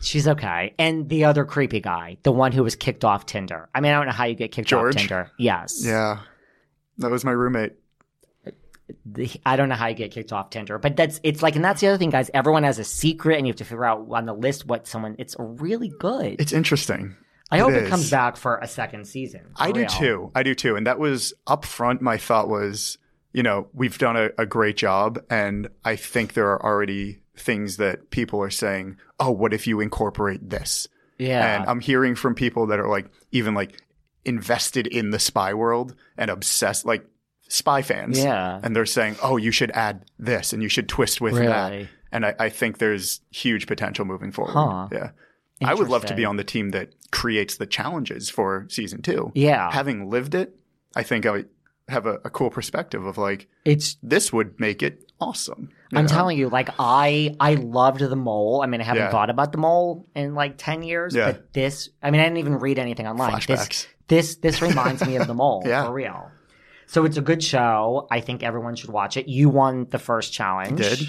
A: she's okay. And the other creepy guy, the one who was kicked off Tinder. I mean, I don't know how you get kicked
B: George?
A: off Tinder. Yes.
B: yeah. That was my roommate.
A: the- I don't know how you get kicked off Tinder, but that's it's like, and that's the other thing, guys. Everyone has a secret, and you have to figure out on the list what someone. It's really good.
B: It's interesting.
A: I hope it,
B: is.
A: comes back for a second season. for
B: I do
A: real.
B: too. I do too. And that was up front. My thought was, you know, we've done a, a great job. And I think there are already things that people are saying, oh, what if you incorporate this?
A: Yeah.
B: And I'm hearing from people that are like, even like invested in the spy world and obsessed, like spy fans.
A: Yeah.
B: And they're saying, oh, you should add this and you should twist with that.
A: Really?
B: And I, I think there's huge potential moving forward.
A: Huh.
B: Yeah. I would love to be
A: Interesting.
B: on the team that creates the challenges for season two.
A: Yeah.
B: Having lived it, I think I would have a, a cool perspective of like,
A: It's
B: this would make it awesome. you
A: I'm
B: know?
A: telling you, like I I loved the mole. I mean, I haven't
B: Yeah.
A: thought about the mole in like ten years,
B: Yeah.
A: but this I mean, I didn't even read anything online.
B: Flashbacks.
A: This this this reminds me of the mole
B: Yeah.
A: for real. So it's a good show. I think everyone should watch it. You won the first challenge.
B: did.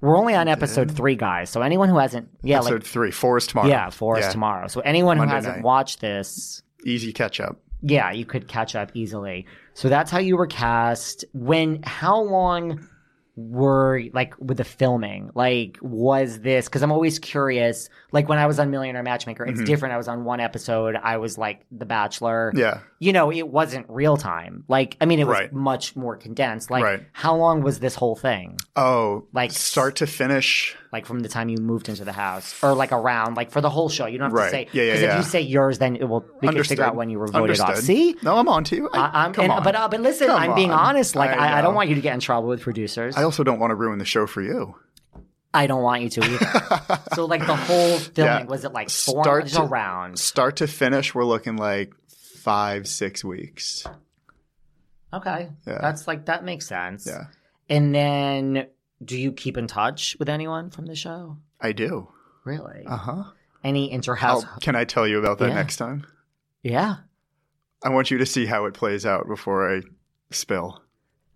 A: We're only on episode three, guys. So anyone who hasn't, yeah,
B: Episode three, four is tomorrow.
A: like yeah, four is
B: Yeah.
A: tomorrow. So anyone
B: Monday
A: who hasn't
B: night.
A: watched this,
B: Easy catch up.
A: yeah, you could catch up easily. So that's how you were cast. When how long were like with the filming? Like was this cuz I'm always curious. Like when I was on Millionaire Matchmaker,
B: Mm-hmm.
A: it's different. I was on one episode, I was like The Bachelor.
B: Yeah.
A: You know, it wasn't real time. Like I mean it was
B: Right.
A: much more condensed. Like
B: Right.
A: how long was this whole thing?
B: Oh,
A: Like-
B: start to finish.
A: Like from the time you moved into the house or like around like for the whole show. You don't have
B: Right.
A: to say
B: Yeah, yeah,
A: cuz if
B: yeah.
A: you say yours then it will we can
B: Understood.
A: figure out when you were voted
B: Understood.
A: off. See?
B: No, I'm on to you. I,
A: I, I'm,
B: come
A: and-
B: on.
A: But uh, but listen,
B: Come
A: I'm being
B: on.
A: honest. Like I, I, don't
B: know.
A: want you to get in trouble with producers. I
B: I
A: don't,
B: also don't want to ruin the show for you.
A: want you to either. so like the whole filming
B: Yeah.
A: was it like four
B: Start
A: hours
B: to-
A: around?
B: Start to finish, we're looking like five, six weeks.
A: Okay,
B: Yeah.
A: that's like that makes sense.
B: Yeah.
A: And then, do you keep in touch with anyone from the show?
B: I do.
A: Really?
B: Uh huh.
A: Any interhouse?
B: I'll- can I tell you about that
A: Uh-huh. Yeah.
B: next time?
A: Yeah.
B: I want you to see how it plays out before I spill.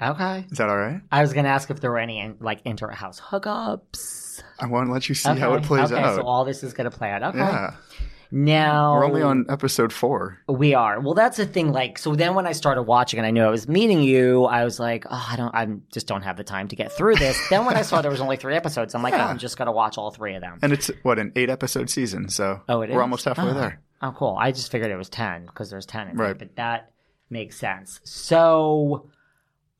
A: Okay.
B: Is that all right?
A: I was gonna ask if there were any like interhouse hookups.
B: I want to let you see
A: okay.
B: how it plays
A: okay,
B: out.
A: So all this is gonna play out. Okay. Oh.
B: yeah.
A: Now
B: We're only on episode four.
A: We are. Well, that's the thing. Like, so then when I started watching and I knew I was meeting you, I was like, oh, I don't, I just don't have the time to get through this. then when I saw there was only three episodes, I'm like, oh, I'm just going to watch all three of them.
B: And it's, what, an eight episode season. So
A: Oh, it
B: we're
A: is?
B: almost halfway
A: Ah.
B: there.
A: Oh, cool. I just figured it was 10 because there's 10 in right.
B: Right.
A: But that makes sense. So,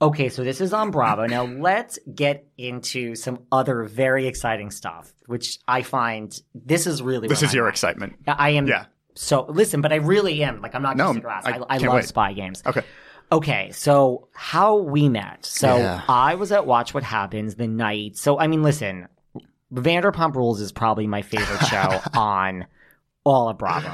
A: okay, so this is on Bravo. now let's get into some other very exciting stuff, which I find this is really
B: This
A: where
B: is
A: my
B: your
A: mind-
B: excitement.
A: I am.
B: Yeah.
A: So listen, but I really am. Like, I'm not
B: No,
A: just a grass.
B: I
A: I, I,
B: can't
A: love
B: wait.
A: spy games.
B: Okay.
A: Okay, so how we met. So
B: Yeah.
A: I was at Watch What Happens the night. So I mean, listen, Vanderpump Rules is probably my favorite show on all of Bravo.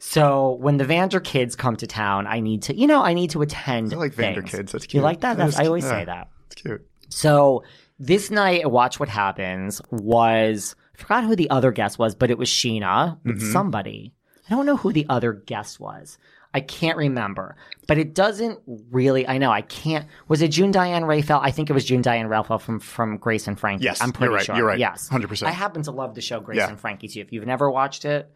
A: So when the Vander kids come to town, I need to, you know, I need to attend.
B: I like Vander
A: things.
B: Kids. That's
A: You
B: cute.
A: like that?
B: That
A: That's,
B: is-
A: I always
B: yeah.
A: say that.
B: It's cute.
A: So this night, at Watch What Happens was I forgot who the other guest was, but it was Sheena with
B: Mm-hmm.
A: somebody. I don't know who the other guest was. I can't remember, but it doesn't really. I know I can't. Was it June Diane Raphael? I think it was June Diane Raphael from from Grace and Frankie.
B: Yes,
A: I'm pretty
B: you're right,
A: sure.
B: you're right,
A: Yes,
B: 100%.
A: I happen to love the show Grace
B: Yeah.
A: and Frankie too. If you've never watched it,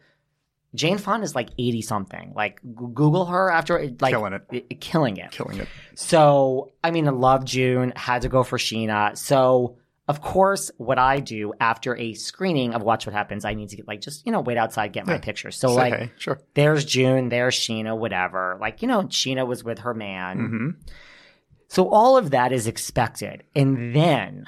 A: Jane Fonda is like 80 something. Like g- Google her after it- like
B: Killing it.
A: killing it.
B: Killing it.
A: So, I mean, I love June, had to go for Sheena. So, of course, what I do after a screening of Watch What Happens, I need to get like just, you know, wait outside, get my picture. So,
B: Say
A: like,
B: hey. Sure.
A: there's June, there's Sheena, whatever. Like, you know, Sheena was with her man.
B: Mm-hmm.
A: So, all of that is expected. And then,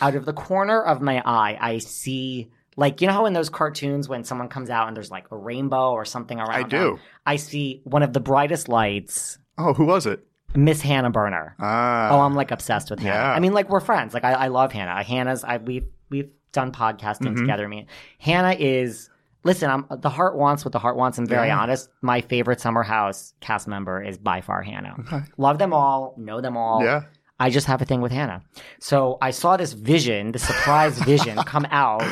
A: out of the corner of my eye, I see. Like you know how in those cartoons when someone comes out and there's like a rainbow or something around,
B: I do.
A: them? I see one of the brightest lights,
B: Oh, who was it?
A: Miss Hannah Burner.
B: Ah.
A: Oh, I'm like obsessed with Hannah.
B: Yeah.
A: I mean, like we're friends. Like I, I love Hannah. Hannah's. I we've we've done podcasting
B: Mm-hmm.
A: together. I mean, Hannah is. Listen, I'm the heart wants what the heart wants. I'm very
B: Yeah.
A: honest. My favorite Summer House cast member is by far Hannah. Love them all. Know them all.
B: Yeah.
A: I just have a thing with Hannah. So I saw this vision, the surprise vision, come out,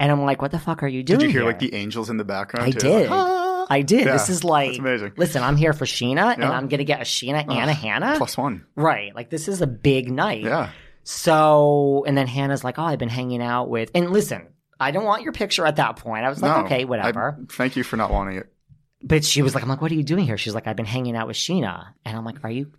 A: and I'm like, "What the fuck are you doing?"
B: Did you hear
A: here?
B: like the angels in the background?
A: I
B: too?
A: did.
B: Like,
A: I did.
B: Yeah,
A: this is like
B: that's amazing.
A: Listen, I'm here for Sheena, and
B: Yeah.
A: I'm gonna get a Sheena and a Hannah.
B: plus one.
A: Right. Like this is a big night.
B: Yeah.
A: So and then Hannah's like, Oh, I've been hanging out with and listen, I don't want your picture at that point. I was like,
B: No,
A: okay,
B: I-
A: whatever.
B: thank you for not wanting it.
A: But she was like, I'm like, what are you doing here? She's like, I've been hanging out with Sheena. And I'm like, Are you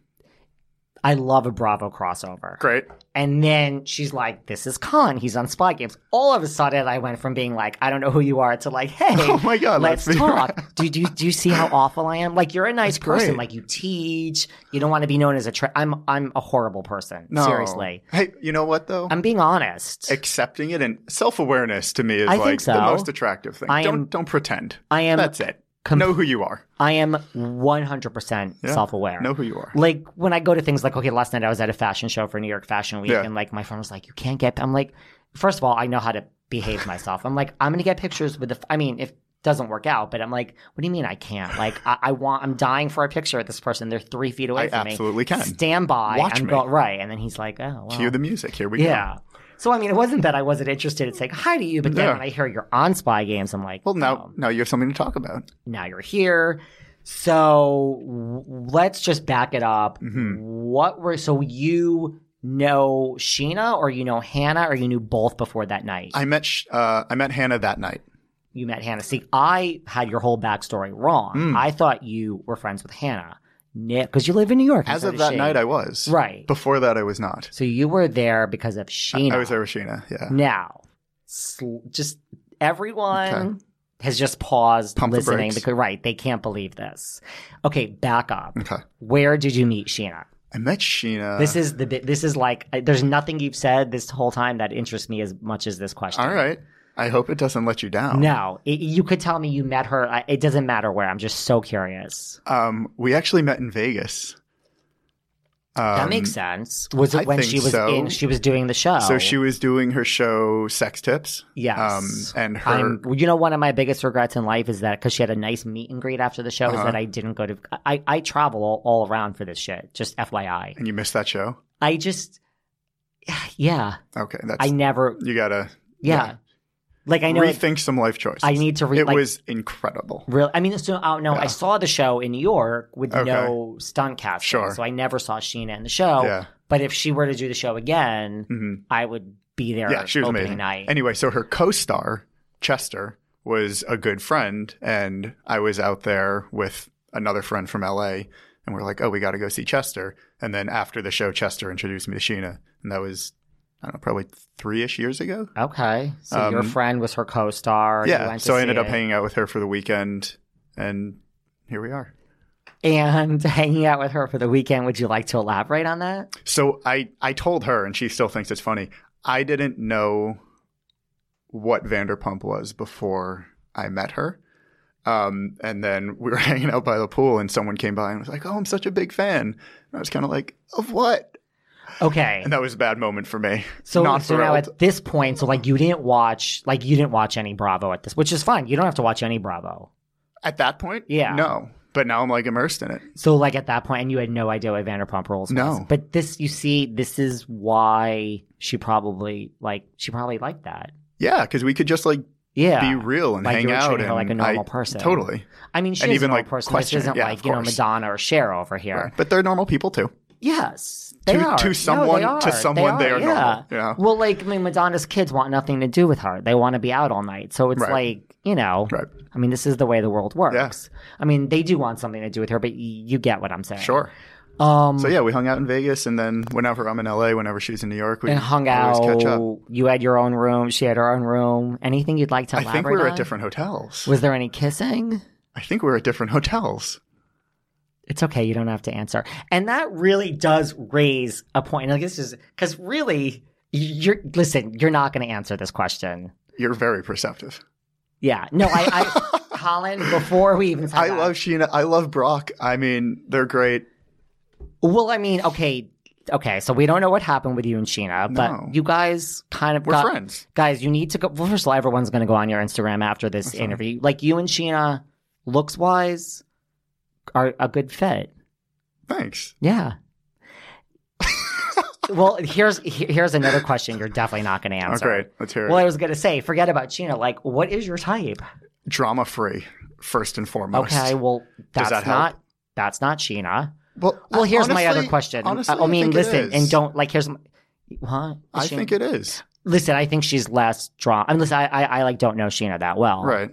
A: I love a Bravo crossover.
B: Great.
A: And then she's like, This is Khan. He's on Spy Games. All of a sudden I went from being like, I don't know who you are to like, hey,
B: Oh my God,
A: let's
B: let's be-
A: talk. do, do, do you see how awful I am? Like you're a nice person.
B: great.
A: Like you teach. You don't want to be known as a tra- I'm I'm a horrible person.
B: No.
A: Seriously.
B: Hey, you know what though?
A: I'm being honest.
B: Accepting it and self awareness to me is
A: I think
B: like
A: so.
B: the most attractive thing.
A: I am-
B: don't don't pretend.
A: I am
B: That's it.
A: com-
B: know who you are.
A: I am 100% self-aware.
B: Know who you are.
A: Like when I go to things like okay, last night I was at a fashion show for New York Fashion Week
B: Yeah.
A: and like my friend was like, "You can't get I'm like, first of all, I know how to behave myself. I'm like, I'm going to get pictures with the I mean, if doesn't work out. But I'm like, what do you mean I can't? Like, I, I want, I'm dying for a picture of this person. They're three feet away
B: I
A: from me.
B: absolutely can.
A: Stand by.
B: Watch
A: I'm
B: me.
A: Going, right. And then he's like, oh, well.
B: Cue the music. Here we go.
A: Yeah. So, I mean, it wasn't that I wasn't interested in saying hi to you, but then
B: Yeah.
A: when I hear you're on Spy Games, I'm like,
B: Well, now
A: um,
B: now you have something to talk about.
A: now you're here. So w- let's just back it up.
B: Mm-hmm.
A: What were so you know Sheena or you know Hannah or you knew both before that night?
B: I met Sh- uh, I met Hannah that night.
A: you met Hannah. See, I had your whole backstory wrong.
B: Mm.
A: I thought you were friends with Hannah because you live in New York. and
B: As
A: so
B: of
A: does
B: that
A: she.
B: night, I was
A: Right.
B: Before that, I was not.
A: so you were there because of Sheena.
B: I was there with Sheena. Yeah.
A: Now, sl- just everyone
B: Okay.
A: has just paused
B: Pump the
A: listening
B: brakes.
A: because right, they can't believe this. Okay, back up.
B: Okay.
A: Where did you meet Sheena?
B: I met Sheena.
A: This is the bit. This is like I- there's nothing you've said this whole time that interests me as much as this question.
B: all right. I hope it doesn't let you down.
A: No, it, you could tell me you met her. I, it doesn't matter where. I'm just so curious.
B: Um, we actually met in Vegas.
A: that makes sense. Was it
B: Um, I
A: when
B: think
A: she was
B: so.
A: in? She was doing the show.
B: So she was doing her show Sex Tips.
A: Yes.
B: Um, and her
A: I'm, you know, one of my biggest regrets in life is that because she had a nice meet and greet after the show,
B: Uh-huh.
A: is that I didn't go to. I, I travel all, all around for this shit. Just FYI,
B: and you missed that show.
A: I just, yeah,
B: Okay, that's
A: I never,
B: you gotta
A: yeah, like I know. it-
B: rethink some life choices.
A: I need to re-
B: It
A: like-
B: was incredible.
A: Really, I mean, so uh, no, I saw the show in New York with
B: Okay.
A: no stunt casting,
B: Sure.
A: so I never saw Sheena in the show.
B: Yeah. Mm.
A: But if she were to do the show again,
B: Mm-hmm.
A: I would be there.
B: Yeah, she was
A: opening
B: amazing.
A: night.
B: Anyway, so her co-star Chester was a good friend, and I was out there with another friend from LA, and we're like, oh, we got to go see Chester. And then after the show, Chester introduced me to Sheena, and that was I don't know, probably three ish years ago.
A: okay, so your
B: Um,
A: friend was her co-star. You
B: yeah,
A: went to
B: so I
A: see
B: ended up
A: it.
B: hanging out with her for the weekend, and here we are.
A: and hanging out with her for the weekend. Would you like to elaborate on that?
B: So I I told her, and she still thinks it's funny. I didn't know what Vanderpump was before I met her. Um, and then we were hanging out by the pool, and someone came by and was like, "Oh, I'm such a big fan." And I was kind of like, "Of what?"
A: Okay.
B: And that was a bad moment for me.
A: So,
B: not
A: so now
B: thrilled.
A: at this point, so like you didn't watch, like you didn't watch any Bravo at this, which is fine. You don't have to watch any Bravo.
B: at that point,
A: Yeah.
B: no. But now I'm like immersed in it.
A: So like at that point, and you had no idea what Vanderpump Rules was.
B: No.
A: But this, you see, this is why she probably like she probably liked that.
B: Yeah, because we could just like
A: Yeah.
B: be real and
A: Like you
B: hang
A: were
B: out
A: treating
B: and
A: her like a normal
B: I-
A: person.
B: Totally,
A: I mean, she's
B: and even,
A: a normal
B: like,
A: person. This
B: question it.
A: isn't
B: Yeah,
A: like
B: of
A: you know
B: course.
A: Madonna or Cher over here.
B: but they're normal people too.
A: Yes, they
B: To-
A: are.
B: to
A: No,
B: someone-
A: they
B: to
A: are.
B: someone, they are
A: yeah.
B: normal. Yeah.
A: Well, like I mean, Madonna's kids want nothing to do with her. They want to be out all night. So it's
B: Right.
A: like you know.
B: Right.
A: I mean, this is the way the world works.
B: Yeah.
A: I mean, they do want something to do with her, but y- you get what I'm saying.
B: Sure.
A: Um,
B: So yeah, we hung out in Vegas, and then whenever I'm in LA, whenever she's in New York, we
A: and hung
B: always
A: out.
B: catch up.
A: You had your own room. She had her own room. Anything you'd like to
B: I
A: elaborate
B: think we were
A: on?
B: at different hotels.
A: Was there any kissing?
B: I think we were at different hotels.
A: It's okay. You don't have to answer. And that really does raise a point. Like this is because really, you're listen. You're not going to answer this question.
B: You're very perceptive.
A: Yeah. No, I, I Colin, before we even said
B: I
A: that-
B: love Sheena. I love Brock. I mean, they're great.
A: Well, I mean, okay. Okay, so we don't know what happened with you and Sheena, but
B: No.
A: you guys kind of
B: We're
A: got-
B: friends.
A: Guys, you need to go. Well, first of all, everyone's going to go on your Instagram after this interview. Like you and Sheena, looks wise, are a good fit.
B: Thanks.
A: Yeah. well, here's he- here's another question you're definitely not going to
B: Oh,
A: answer.
B: great. Let's hear it.
A: Well, I was going to say, forget about Sheena. Like, what is your type?
B: Drama free, first and foremost.
A: Okay, well, that's
B: Does that help?
A: not that's not Sheena.
B: Well,
A: Well, here's my
B: honestly-
A: other question.
B: Honestly,
A: I, I mean,
B: think it
A: listen,
B: is.
A: and don't like. Here's my, huh? Is
B: I
A: she-
B: think it is
A: Listen, I think she's less drawn. I mean, listen, I, I, I like don't know Sheena that well.
B: right.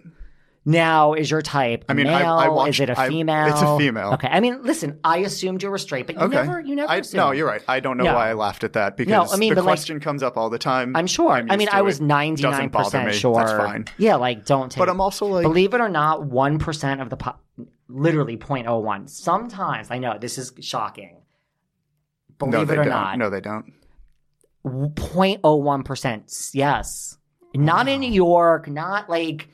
A: now, is your type?
B: I mean,
A: male?
B: I- I watched-
A: Is it a
B: I-
A: female?
B: it's a female.
A: Okay. I mean, listen, I assumed you were straight, but you
B: Okay.
A: never, you never.
B: I,
A: assumed.
B: no, you're right. I don't know
A: No.
B: why I laughed at that because
A: I mean,
B: the
A: but, like,
B: question comes up all the time.
A: I'm sure.
B: I'm
A: I mean,
B: used to
A: I
B: it.
A: was
B: Doesn't
A: 99
B: bother me.
A: percent sure.
B: That's fine.
A: Yeah, like don't take.
B: But I'm also like-
A: believe it or not, one percent of the po- literally 0.01. Sometimes I know this is shocking. Believe
B: no,
A: it
B: they
A: or
B: don't.
A: not,
B: No, they don't.
A: 0.01%. Yes. Not in New York, not like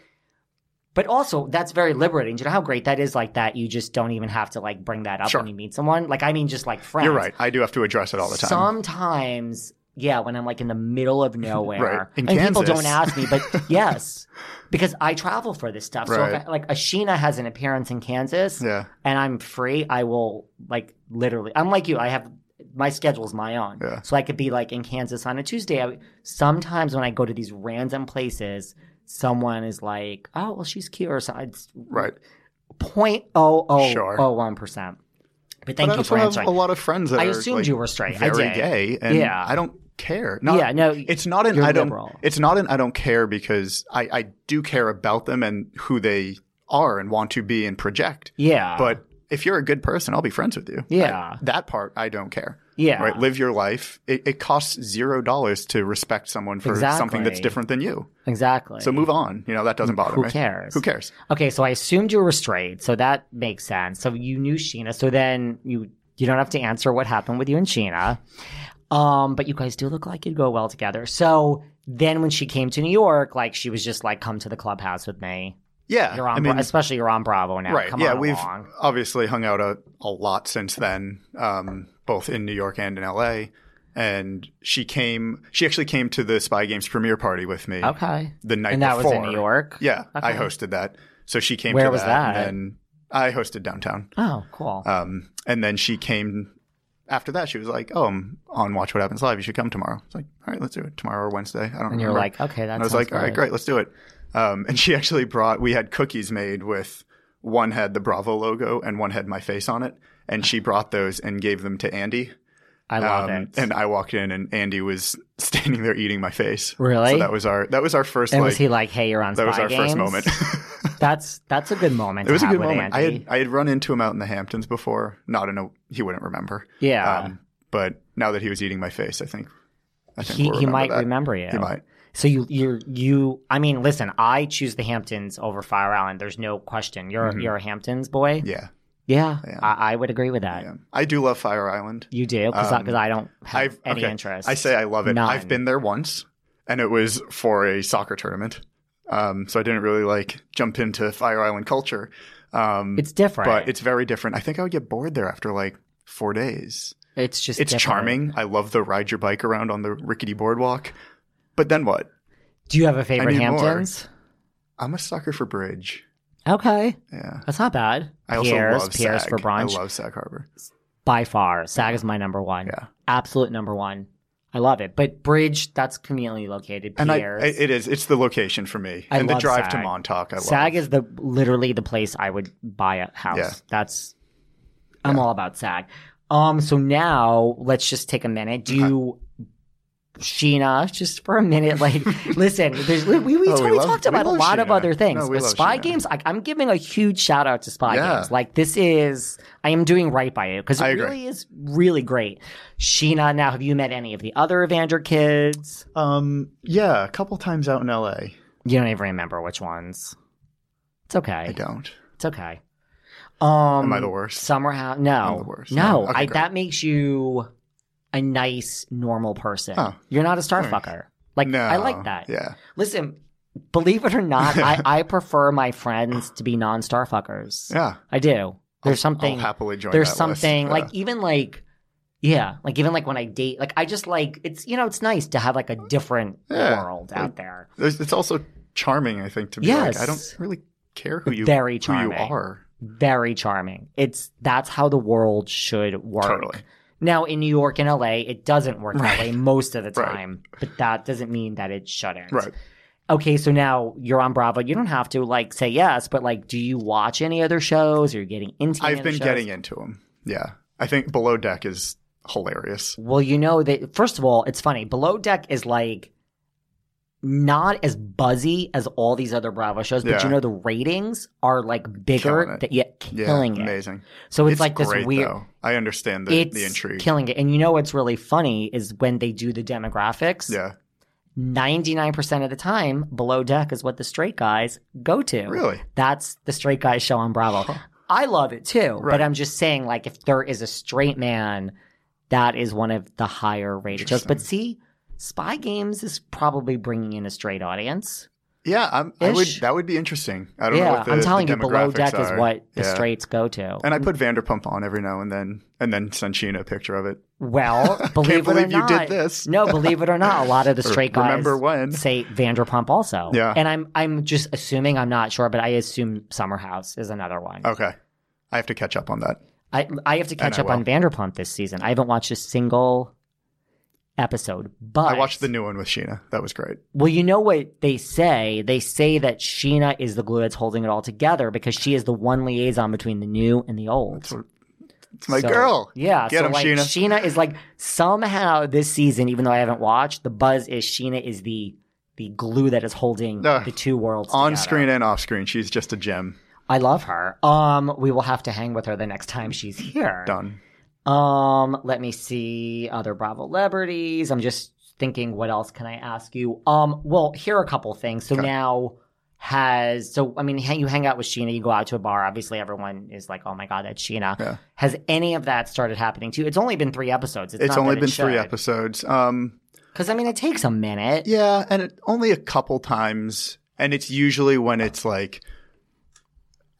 A: but also that's very liberating. Do you know how great that is like that you just don't even have to like bring that up
B: Sure.
A: when you meet someone? Like I mean just like friends.
B: You're right. I do have to address it all the time.
A: Sometimes yeah, when I'm like in the middle of nowhere.
B: Right. In
A: and people
B: Kansas.
A: don't ask me, but yes, because I travel for this stuff. So if
B: Right.
A: I, like Ashina has an appearance in Kansas
B: Yeah.
A: and I'm free, I will like literally, I'm like you, I have my schedule's my own.
B: Yeah.
A: So I could be like in Kansas on a Tuesday. I, sometimes when I go to these random places, someone is like, oh, well, she's cute or something. It's
B: Right.
A: 0.0001%. But thank
B: but I
A: you
B: also
A: for
B: have
A: answering.
B: a lot of friends that
A: I
B: are
A: assumed
B: like,
A: you were straight. I
B: very
A: did.
B: gay, and
A: Yeah.
B: I don't care. Not,
A: Yeah, no,
B: it's not an
A: you're
B: I don't.
A: liberal.
B: It's not an I don't care because I I do care about them and who they are and want to be and project.
A: yeah.
B: But if you're a good person, I'll be friends with you.
A: Yeah.
B: I- that part I don't care.
A: Yeah.
B: Right. Live your life. It, it costs zero dollars to respect someone for something that's
A: Exactly.
B: different than you.
A: Exactly.
B: So move on. You know that doesn't bother
A: Who
B: me.
A: cares?
B: Who cares?
A: Okay, so I assumed you were straight, so that makes sense. So you knew Sheena, so then you you don't have to answer what happened with you and Sheena. Um, but you guys do look like you'd go well together. So then when she came to New York, like she was just like, "Come to the clubhouse with me."
B: Yeah.
A: You're on,
B: Uh, I mean,
A: Bra- especially you're on Bravo now.
B: right.
A: Come
B: yeah,
A: on
B: we've
A: along.
B: obviously hung out a, a lot since then, um, both in New York and in LA. And she came. She actually came to the Spy Games premiere party with me.
A: Okay.
B: The night
A: and that
B: before.
A: was in New York.
B: Yeah, I
A: Okay.
B: hosted that. So she came.
A: Where
B: to
A: was
B: that?
A: that?
B: And then I hosted downtown.
A: Oh, cool.
B: Um, and then she came after that. She was like, "Oh, I'm on Watch What Happens Live. You should come tomorrow." It's like, "All right, let's do it tomorrow or Wednesday." I don't.
A: and you're
B: remember.
A: like, "Oh, "Okay, that's."
B: And I was like, all right, great, let's do it. Um, and she actually brought, we had cookies made with one had the Bravo logo and one had my face on it. And she brought those and gave them to Andy.
A: I love
B: Um,
A: it.
B: And I walked in and Andy was standing there eating my face.
A: Really?
B: So that was our, that was our first,
A: And
B: like,
A: was he like, "Hey, you're on
B: that was
A: Spy
B: our
A: Games"?
B: first moment.
A: that's that's a good moment.
B: it was
A: to
B: a
A: have
B: good
A: with
B: moment. I
A: Andy.
B: had, I had run into him out in the Hamptons before. Not in a, he wouldn't remember.
A: Yeah.
B: um, but now that he was eating my face, I think, I think
A: he,
B: we'll
A: he might
B: that.
A: remember you.
B: He might.
A: So you you're you I mean, listen, I choose the Hamptons over Fire Island. There's no question. You're you're a Hamptons boy.
B: Mm-hmm. Yeah.
A: Yeah.
B: I am.
A: I, I would agree with that.
B: yeah. I do love Fire Island.
A: You do because
B: Um,
A: I, don't have
B: I've,
A: any
B: okay.
A: interest.
B: I say I love it.
A: None.
B: I've been there once, and it was for a soccer tournament. Um, so I didn't really like jump into Fire Island culture. Um,
A: it's different,
B: but it's very different. I think I would get bored there after like four days.
A: it's just
B: It's,
A: different.
B: charming. I love the ride your bike around on the rickety boardwalk. But then what?
A: Do you have a favorite
B: need more.
A: Hamptons?
B: I'm a sucker for bridge.
A: Okay,
B: Yeah.
A: that's not bad.
B: I also
A: Pierce,
B: love
A: Pierce
B: Sag.
A: for brunch
B: I love Sag Harbor.
A: by far. Sag is my number one.
B: Yeah.
A: absolute number one. I love it. But Bridge, that's conveniently located.
B: And I,
A: Pierce.
B: I- it is. It's the location for me.
A: I
B: and the
A: love
B: drive to
A: Sag.
B: Montauk. I love.
A: SAG is the literally the place I would buy a house.
B: Yeah.
A: That's I'm all about SAG. Um, so now let's just take a minute. Do you, Sheena, just for a minute, like listen, there's, we we,
B: Oh, we
A: totally
B: love-
A: talked
B: we
A: about a
B: love
A: lot of
B: Sheena.
A: other things,
B: No, we
A: but
B: love
A: Spy
B: Sheena.
A: Games, I, I'm giving a huge shout out to Spy
B: Yeah.
A: Games. Like this is, I am doing right by it because it
B: I agree.
A: really is really great. Sheena, now have you met any of the other Evander kids?
B: Um, yeah, a couple times out in LA.
A: You don't even remember which ones. It's okay.
B: I don't.
A: It's okay. Um,
B: Am I the worst?
A: Summer house? No,
B: I'm the worst.
A: No,
B: No. Okay,
A: I,
B: great.
A: that makes you a nice, normal person.
B: Oh.
A: You're not a star fucker. Like
B: no,
A: I like that.
B: Yeah,
A: Listen, believe it or not, I, I prefer my friends to be non-star fuckers.
B: yeah.
A: I do. There's something.
B: I'll happily join.
A: there's
B: that
A: something
B: list.
A: like even like. Yeah, like even like when I date, like I just like it's you know it's nice to have like a different
B: Yeah.
A: world out there.
B: There's, it's also charming. I think to be
A: Yes.
B: like I don't really care who you
A: Very
B: who you
A: charming.
B: are.
A: very charming. It's that's how the world should work.
B: Totally.
A: Now in New York and LA, it doesn't work that way most of the
B: Right.
A: time, but that doesn't mean that it shouldn't.
B: Right.
A: Okay, so now you're on Bravo. You don't have to like say yes, but like, do you watch any other shows? Are you getting into? any
B: I've
A: other
B: been
A: shows?
B: getting into them. Yeah, I think Below Deck is hilarious.
A: Well, you know that first of all, it's funny. Below Deck is like not as buzzy as all these other Bravo shows, but
B: Yeah.
A: you know the ratings are like bigger.
B: Killing it.
A: That, yeah,
B: Yeah,
A: killing it.
B: amazing.
A: So it's, like this
B: great,
A: weird.
B: Though. I understand the,
A: it's
B: the intrigue.
A: killing it. And you know what's really funny is when they do the demographics.
B: yeah,
A: ninety nine percent of the time, below deck is what the straight guys go to.
B: Really?
A: that's the straight guys show on Bravo. I love it too, but
B: Right.
A: I'm just saying, like, if there is a straight man, that is one of the higher rated shows. But see, Spy Games is probably bringing in a straight audience.
B: yeah. I'm, I would.
A: Ish.
B: That would be interesting. I don't know
A: yeah,
B: what the
A: I'm telling
B: the
A: you, below
B: demographics
A: deck is
B: are.
A: what the
B: Yeah.
A: straights go to.
B: And I put Vanderpump on every now and then, and then send Sheena a picture of it.
A: Well, believe it or
B: believe you
A: not,
B: did this.
A: no, believe it or not, a lot of the straight guys
B: remember when.
A: say Vanderpump also.
B: Yeah.
A: and I'm I'm just assuming I'm not sure, but I assume Summer House is another one.
B: Okay. I have to catch up on that.
A: I I have to catch
B: Oh. I
A: up on
B: will.
A: Vanderpump this season. I haven't watched a single episode, but
B: I watched the new one with Sheena. That was great.
A: Well, you know what they say? They say that Sheena is the glue that's holding it all together because she is the one liaison between the new and the old.
B: It's my
A: So-
B: girl.
A: Yeah.
B: Get
A: so
B: him,
A: like,
B: Sheena.
A: Sheena is like somehow this season, even though I haven't watched, the buzz is Sheena is the the glue that is holding
B: Ugh.
A: the two worlds
B: on
A: together.
B: screen and off screen. She's just a gem.
A: I love her. Um, we will have to hang with her the next time she's here.
B: Done.
A: Um, let me see other Bravo celebrities. I'm just thinking, what else can I ask you? Um, well, here are a couple things. So now has so I mean, ha- you hang out with Sheena, you go out to a bar. Obviously, everyone is like, "Oh my god, that's Sheena."
B: Yeah.
A: Has any of that started happening to you? It's only been three episodes. It's,
B: It's
A: not
B: only
A: that it
B: been three
A: should.
B: episodes. Um,
A: Because I mean, it takes a minute.
B: Yeah, and it, only a couple times, and it's usually when it's like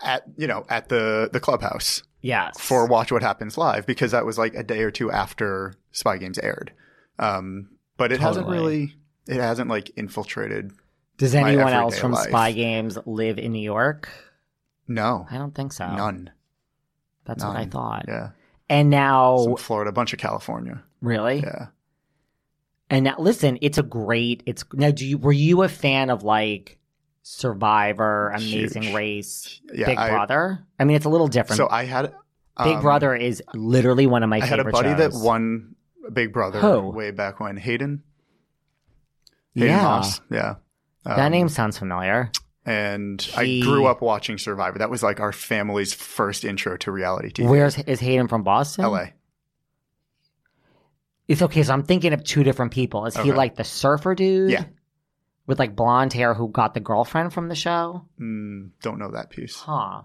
B: at you know at the the clubhouse
A: Yes.
B: for Watch What Happens Live because that was like a day or two after Spy Games aired. Um, but it hasn't
A: Totally.
B: really it hasn't like infiltrated.
A: Does
B: my
A: anyone else
B: everyday
A: from
B: life.
A: Spy Games live in New York?
B: No,
A: I don't think so.
B: none.
A: That's what I
B: None.
A: thought.
B: Yeah,
A: And now,
B: some Florida, a bunch of California.
A: really?
B: Yeah,
A: And now, listen, it's a great. It's now. Do you were you a fan of like Survivor, Amazing
B: Huge.
A: Race,
B: Yeah,
A: Big
B: I-
A: Brother? I mean, it's a little different.
B: so I had
A: Big
B: um,
A: Brother is literally one of my.
B: I had a
A: favorite
B: buddy that
A: shows.
B: won Big Brother
A: Who?
B: way back when Hayden. Hayden
A: Yeah,
B: Moss. Yeah.
A: that
B: Um,
A: name sounds familiar.
B: and
A: He-
B: I grew up watching Survivor. That was like our family's first intro to reality TV.
A: Where's is Hayden from Boston?
B: LA?
A: It's okay. So I'm thinking of two different people. Is he
B: Okay.
A: like the surfer dude?
B: Yeah.
A: With like blonde hair, who got the girlfriend from the show?
B: Mm, don't know that piece.
A: Huh.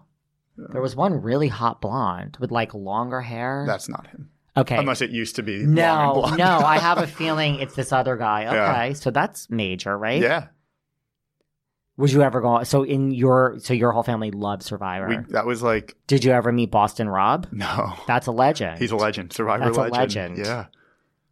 A: There was one really hot blonde with like longer hair.
B: That's not him.
A: okay.
B: Unless it used to be. long
A: No,
B: and blonde.
A: no, I have a feeling it's this other guy.
B: Yeah.
A: Okay, so that's major, right?
B: yeah,
A: Would you ever go? So in your so your whole family loved Survivor.
B: we, that was like
A: Did you ever meet Boston Rob?
B: no.
A: That's a legend.
B: He's a legend. Survivor
A: That's a
B: legend.
A: legend.
B: Yeah,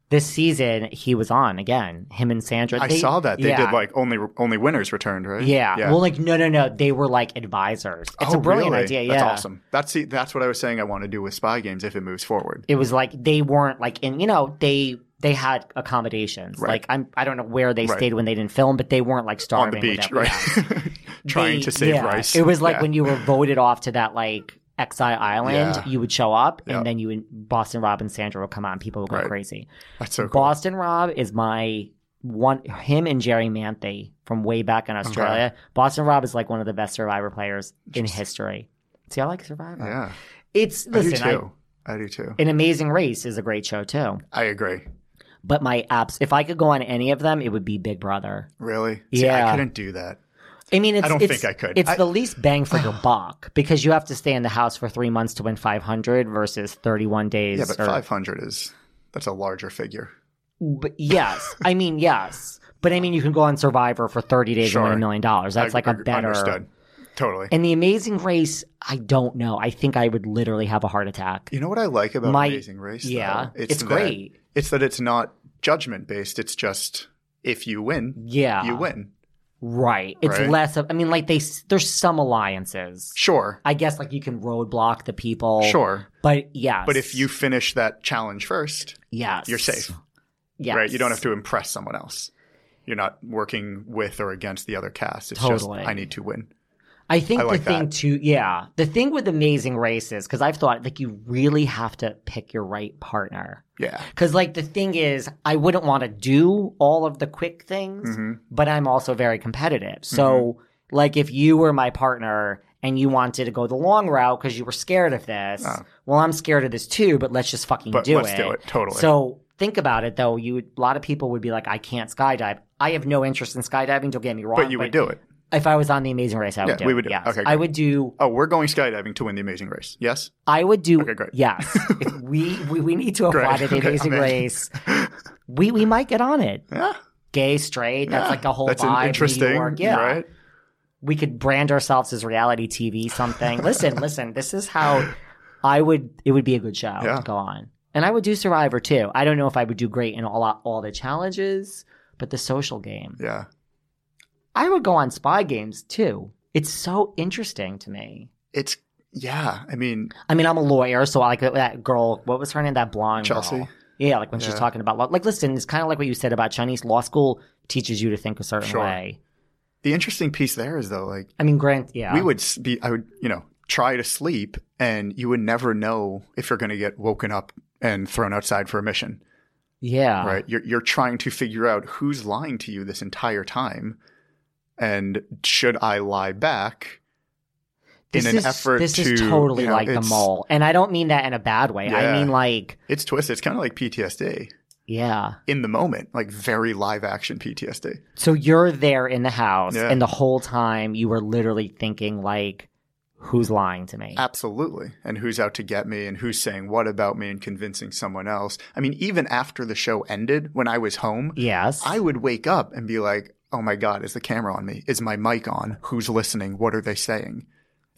A: This season he was on again. Him and Sandra.
B: I
A: They-
B: saw that they
A: yeah.
B: did like only only winners returned, right?
A: yeah.
B: yeah.
A: Well, like no, no, no. They were like advisors. It's
B: Oh,
A: a brilliant
B: really?
A: idea. Yeah,
B: that's awesome. That's the, that's what I was saying. I want to do with Spy Games if it moves forward.
A: It was like they weren't like in you know they they had accommodations.
B: Right.
A: Like I'm I don't know where they
B: Right.
A: stayed when they didn't film, but they weren't like
B: on
A: starving
B: the
A: with
B: beach,
A: everyone
B: right?
A: else.
B: Trying
A: they-
B: to save
A: yeah.
B: rice.
A: It was like
B: Yeah.
A: when you were voted off to that like exile island,
B: Yeah.
A: you would show up,
B: Yep.
A: and then you and Boston Rob and Sandra would come on. People would go
B: Right.
A: crazy.
B: That's so cool.
A: Boston Rob is my one. Him and Jerry Manthe from way back in Australia. Boston Rob is like one of the best Survivor players in history. See, I like Survivor.
B: Yeah,
A: It's listen,
B: I
A: I-
B: do too. I do too.
A: an Amazing Race is a great show too.
B: I agree.
A: But my apps, if I could go on any of them, it would be Big Brother.
B: Really? See,
A: Yeah.
B: I couldn't do that.
A: I mean, it's,
B: don't
A: it's-
B: think I could.
A: It's
B: I-
A: the least bang for your buck because you have to stay in the house for three months to win 500 versus 31 days.
B: Yeah, but
A: or-
B: 500 is that's a larger figure.
A: But yes, I mean yes, but I mean you can go on Survivor for 30 days and win a
B: Sure.
A: million dollars. That's
B: I-
A: like a
B: ag-
A: better.
B: Understood. Totally.
A: And the Amazing Race, I don't know. I think I would literally have a heart attack.
B: you know what I like about
A: My-
B: Amazing Race? though?
A: yeah, it's
B: that-
A: great.
B: It's that it's not judgment based. It's just if you win,
A: Yeah,
B: you win.
A: Right. It's
B: Right?
A: less of. I mean, like they s- there's some alliances.
B: Sure,
A: I guess like you can roadblock the people.
B: sure.
A: But yes.
B: But if you finish that challenge first,
A: yes,
B: you're safe,
A: Yes.
B: right? You don't have to impress someone else. You're not working with or against the other cast. It's
A: Totally.
B: just I need to win.
A: I think
B: I like
A: the thing
B: that.
A: too, yeah, the thing with Amazing Race is because I've thought like you really have to pick your right partner.
B: Yeah.
A: Because like the thing is, I wouldn't want to do all of the quick things,
B: Mm-hmm.
A: but I'm also very competitive. So like if you were my partner and you wanted to go the long route because you were scared of this, well, I'm scared of this too. But let's just fucking
B: Ah. But
A: do
B: let's
A: it.
B: do it, totally.
A: So think about it though. You would- a lot of people would be like, I can't skydive. I have no interest in skydiving. Don't get me wrong.
B: But you would do it.
A: If I was on the Amazing Race, I would
B: Yeah,
A: do.
B: we
A: it,
B: would do it.
A: Yes.
B: Okay,
A: I
B: good.
A: would do.
B: Oh, we're going skydiving to win the Amazing Race. Yes.
A: I would do.
B: Okay, great.
A: Yes, If we, we we need to apply
B: Great.
A: to the
B: Okay,
A: Amazing
B: I'm in.
A: Race. We we might get on it.
B: Yeah.
A: Gay, straight. That's
B: Yeah.
A: like the whole
B: That's an
A: vibe. in New
B: interesting,
A: York. Yeah.
B: right?
A: We could brand ourselves as reality TV something. listen, listen. This is how I would. It would be a good show
B: Yeah.
A: to go on. And I would do Survivor too. I don't know if I would do great in all all the challenges, but the social game.
B: Yeah.
A: I would go on spy games too. It's so interesting to me.
B: It's yeah. I mean,
A: I mean, I'm a lawyer, so I like that- that girl. What was her name? That blonde girl.
B: Chelsea?
A: Yeah, like when she's
B: Yeah.
A: talking about law. Like, listen, it's kind of like what you said about Chinese law school teaches you to think a certain
B: Sure.
A: way.
B: the interesting piece there is though, like
A: I mean, Grant. Yeah,
B: we would s- be, I would, you know, try to sleep, and you would never know if you're going to get woken up and thrown outside for a mission.
A: Yeah,
B: right? You're you're trying to figure out who's lying to you this entire time, and should I lie back?
A: This
B: in an
A: is,
B: effort
A: this is
B: to,
A: totally
B: you know,
A: like the
B: it's-
A: mole, and I don't mean that in a bad way. I
B: Yeah.
A: mean like,
B: It's twisted. It's kind of like PTSD
A: yeah.
B: in the moment, like very live action PTSD.
A: So you're there in the house,
B: Yeah.
A: and the whole time you were literally thinking like, who's lying to me?
B: Absolutely. And who's out to get me and who's saying what about me and convincing someone else. I mean, even after the show ended, when I was home,
A: yes,
B: I would wake up and be like, oh my God, is the camera on me? Is my mic on? Who's listening? What are they saying?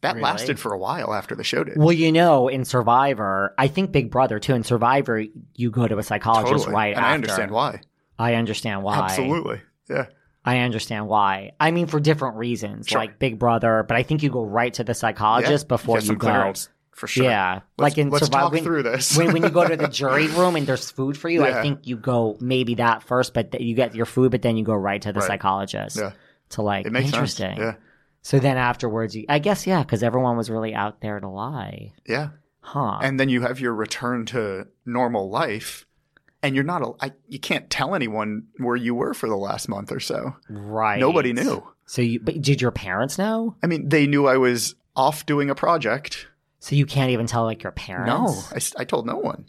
B: That
A: Really?
B: lasted for a while after the show did.
A: Well, you know, in Survivor, I think Big Brother too. In Survivor, you go to a psychologist
B: Totally.
A: right
B: and
A: after.
B: I understand why.
A: I understand why.
B: Absolutely. Yeah.
A: I understand why. I mean, for different reasons,
B: Sure.
A: like Big Brother, but I think you go right to the psychologist
B: Yeah.
A: before
B: Get
A: you
B: some
A: go.
B: clearance, for sure.
A: Yeah,
B: Let's-
A: like in
B: let's
A: Survivor,
B: talk
A: when,
B: through this.
A: when, when you go to the jury room and there's food for you, I
B: Yeah.
A: think you go maybe that first, but th- you get your food, but then you go right to the
B: Right.
A: psychologist
B: Yeah.
A: to like
B: It makes sense.
A: interesting.
B: Yeah.
A: So then afterwards, you, I guess yeah, because everyone was really out there to lie,
B: Yeah.
A: huh?
B: And then you have your return to normal life and you're not a, I, you can't tell anyone where you were for the last month or so.
A: right?
B: Nobody knew.
A: So you, but did your parents know?
B: I mean, they knew I was off doing a project.
A: So you can't even tell like your
B: No,
A: parents?
B: I, s- I told no one.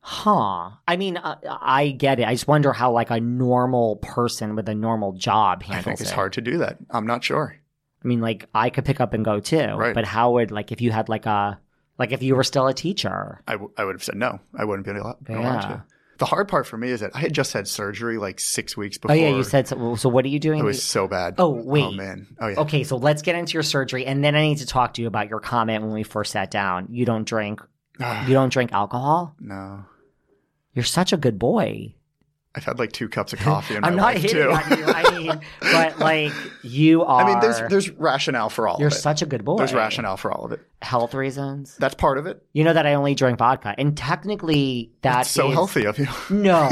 A: Huh. I mean, uh, I get it. I just wonder how like a normal person with a normal job
B: I
A: handles
B: think it's
A: it.
B: hard to do that. I'm not sure.
A: I mean, like I could pick up and go too,
B: Right.
A: but how would like if you had like a like if you were still a teacher?
B: I, w- I would have said no. I wouldn't be allowed, been allowed
A: Yeah.
B: to. The hard part for me is that I had just had surgery like six weeks
A: Oh
B: before.
A: yeah, you said so. well, So what are you doing?
B: it was so bad.
A: Oh, wait.
B: Oh man. Oh yeah.
A: okay, so let's get into your surgery, and then I need to talk to you about your comment when we first sat down. You don't drink. you don't drink alcohol.
B: No.
A: You're such a good boy.
B: I've had like two cups of coffee in my
A: I'm not
B: life
A: hitting
B: too.
A: on you. I mean, but like you are.
B: I mean, there's there's rationale for all
A: You're
B: of it.
A: such a good boy.
B: there's rationale for all of it.
A: Health reasons.
B: That's part of it.
A: You know that I only drink vodka, and technically that
B: That's so
A: is-
B: healthy of you.
A: No,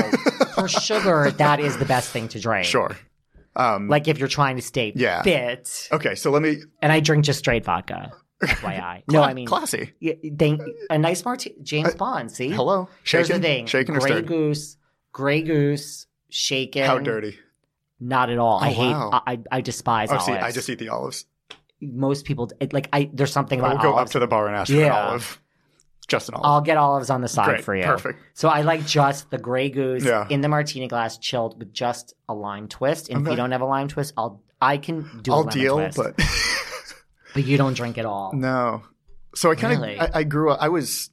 A: for sugar, that is the best thing to drink.
B: sure. Um,
A: Like if you're trying to stay
B: Yeah.
A: fit,
B: okay, so let me.
A: and I drink just straight vodka. FYI. No, I mean,
B: classy.
A: yeah, thank, a nice martini. James Bond. See,
B: Uh, Hello,
A: Here's
B: shaken,
A: the thing:
B: shaken or
A: Grey
B: stirred?
A: Goose, Grey Goose, shaken.
B: How dirty?
A: Not at all. I
B: Oh,
A: hate.
B: wow.
A: I I despise
B: Oh,
A: olives.
B: see, I just eat the olives.
A: Most people it- like. I there's something
B: I'll
A: about
B: go up
A: olives.
B: to the bar and ask for an
A: Yeah.
B: olive. Just an
A: I'll
B: olive.
A: get olives on the side
B: Great,
A: for you.
B: perfect.
A: So I like just the Grey Goose
B: Yeah.
A: in the martini glass, chilled with just a lime twist. And if you
B: Okay.
A: don't have a lime twist, I'll I can do.
B: I'll,
A: a lemon
B: deal,
A: twist.
B: but
A: But you don't drink at all.
B: no. So I kind of
A: Really?
B: I, I grew up. I was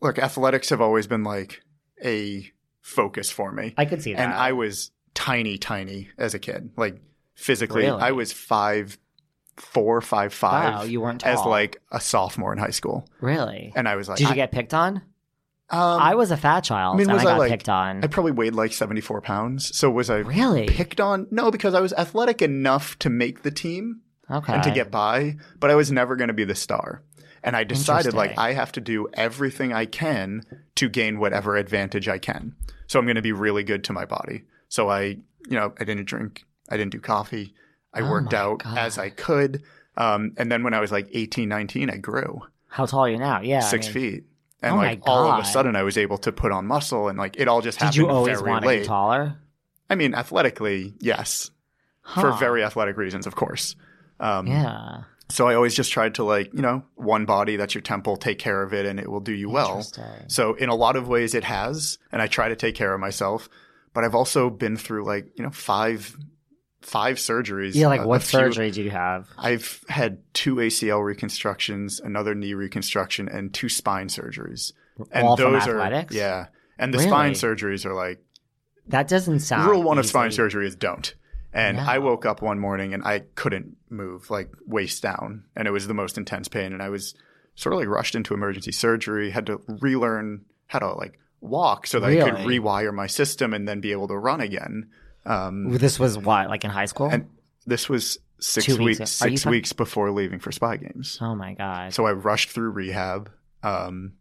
B: look. Athletics have always been like a focus for me.
A: I could see that.
B: and I was tiny, tiny as a kid. Like physically,
A: Really?
B: I was five, four, five, five.
A: Wow, you weren't
B: as
A: tall.
B: like a sophomore in high school,
A: really.
B: and I was like,
A: Did you
B: I-
A: get picked on?
B: um,
A: I was a fat child,
B: I mean,
A: and
B: was
A: I got
B: I, like-
A: picked on.
B: I probably weighed like seventy four pounds. So was I
A: Really?
B: picked on? No, because I was athletic enough to make the team
A: okay.
B: and to get by, but I was never going to be the star. And I decided like
A: Interesting.
B: I have to do everything I can to gain whatever advantage I can. So I'm going to be really good to my body. So I, you know, I didn't drink, I didn't do coffee. I
A: Oh
B: worked
A: my
B: out
A: God.
B: as I could. Um, and then when I was like 18, 19, I grew
A: How tall are you now? Yeah, I
B: six
A: mean,
B: feet. And
A: Oh my
B: like all of
A: God.
B: a sudden I was able to put on muscle and like it all just
A: Did
B: happened
A: you always
B: very
A: want to
B: late.
A: be taller?
B: I mean, athletically, yes. For
A: Huh.
B: very athletic reasons, of course. Um,
A: Yeah.
B: so I always just tried to like, you know, one body, that's your temple, take care of it and it will do you well.
A: Interesting.
B: So in a lot of ways it has, and I try to take care of myself, but I've also been through like, you know, five five surgeries.
A: Yeah, like
B: a-
A: what
B: a few-
A: surgery do you have?
B: I've had two ACL reconstructions, another knee reconstruction, and two spine surgeries. And
A: All from
B: those
A: athletics?
B: are Yeah. And the
A: Really?
B: spine surgeries are like
A: That doesn't sound
B: rule one of
A: easy.
B: spine surgery is don't. And
A: No.
B: I woke up one morning and I couldn't move, like waist down, and it was the most intense pain. And I was sort of like rushed into emergency surgery, had to relearn how to like walk so that I could
A: Really?
B: rewire my system and then be able to run again. Um,
A: Ooh, This was what, like in high school?
B: and this was six
A: Two weeks.
B: weeks,
A: Are you
B: six
A: fuck-
B: weeks before leaving for Spy Games.
A: oh my god.
B: So I rushed through rehab. Um,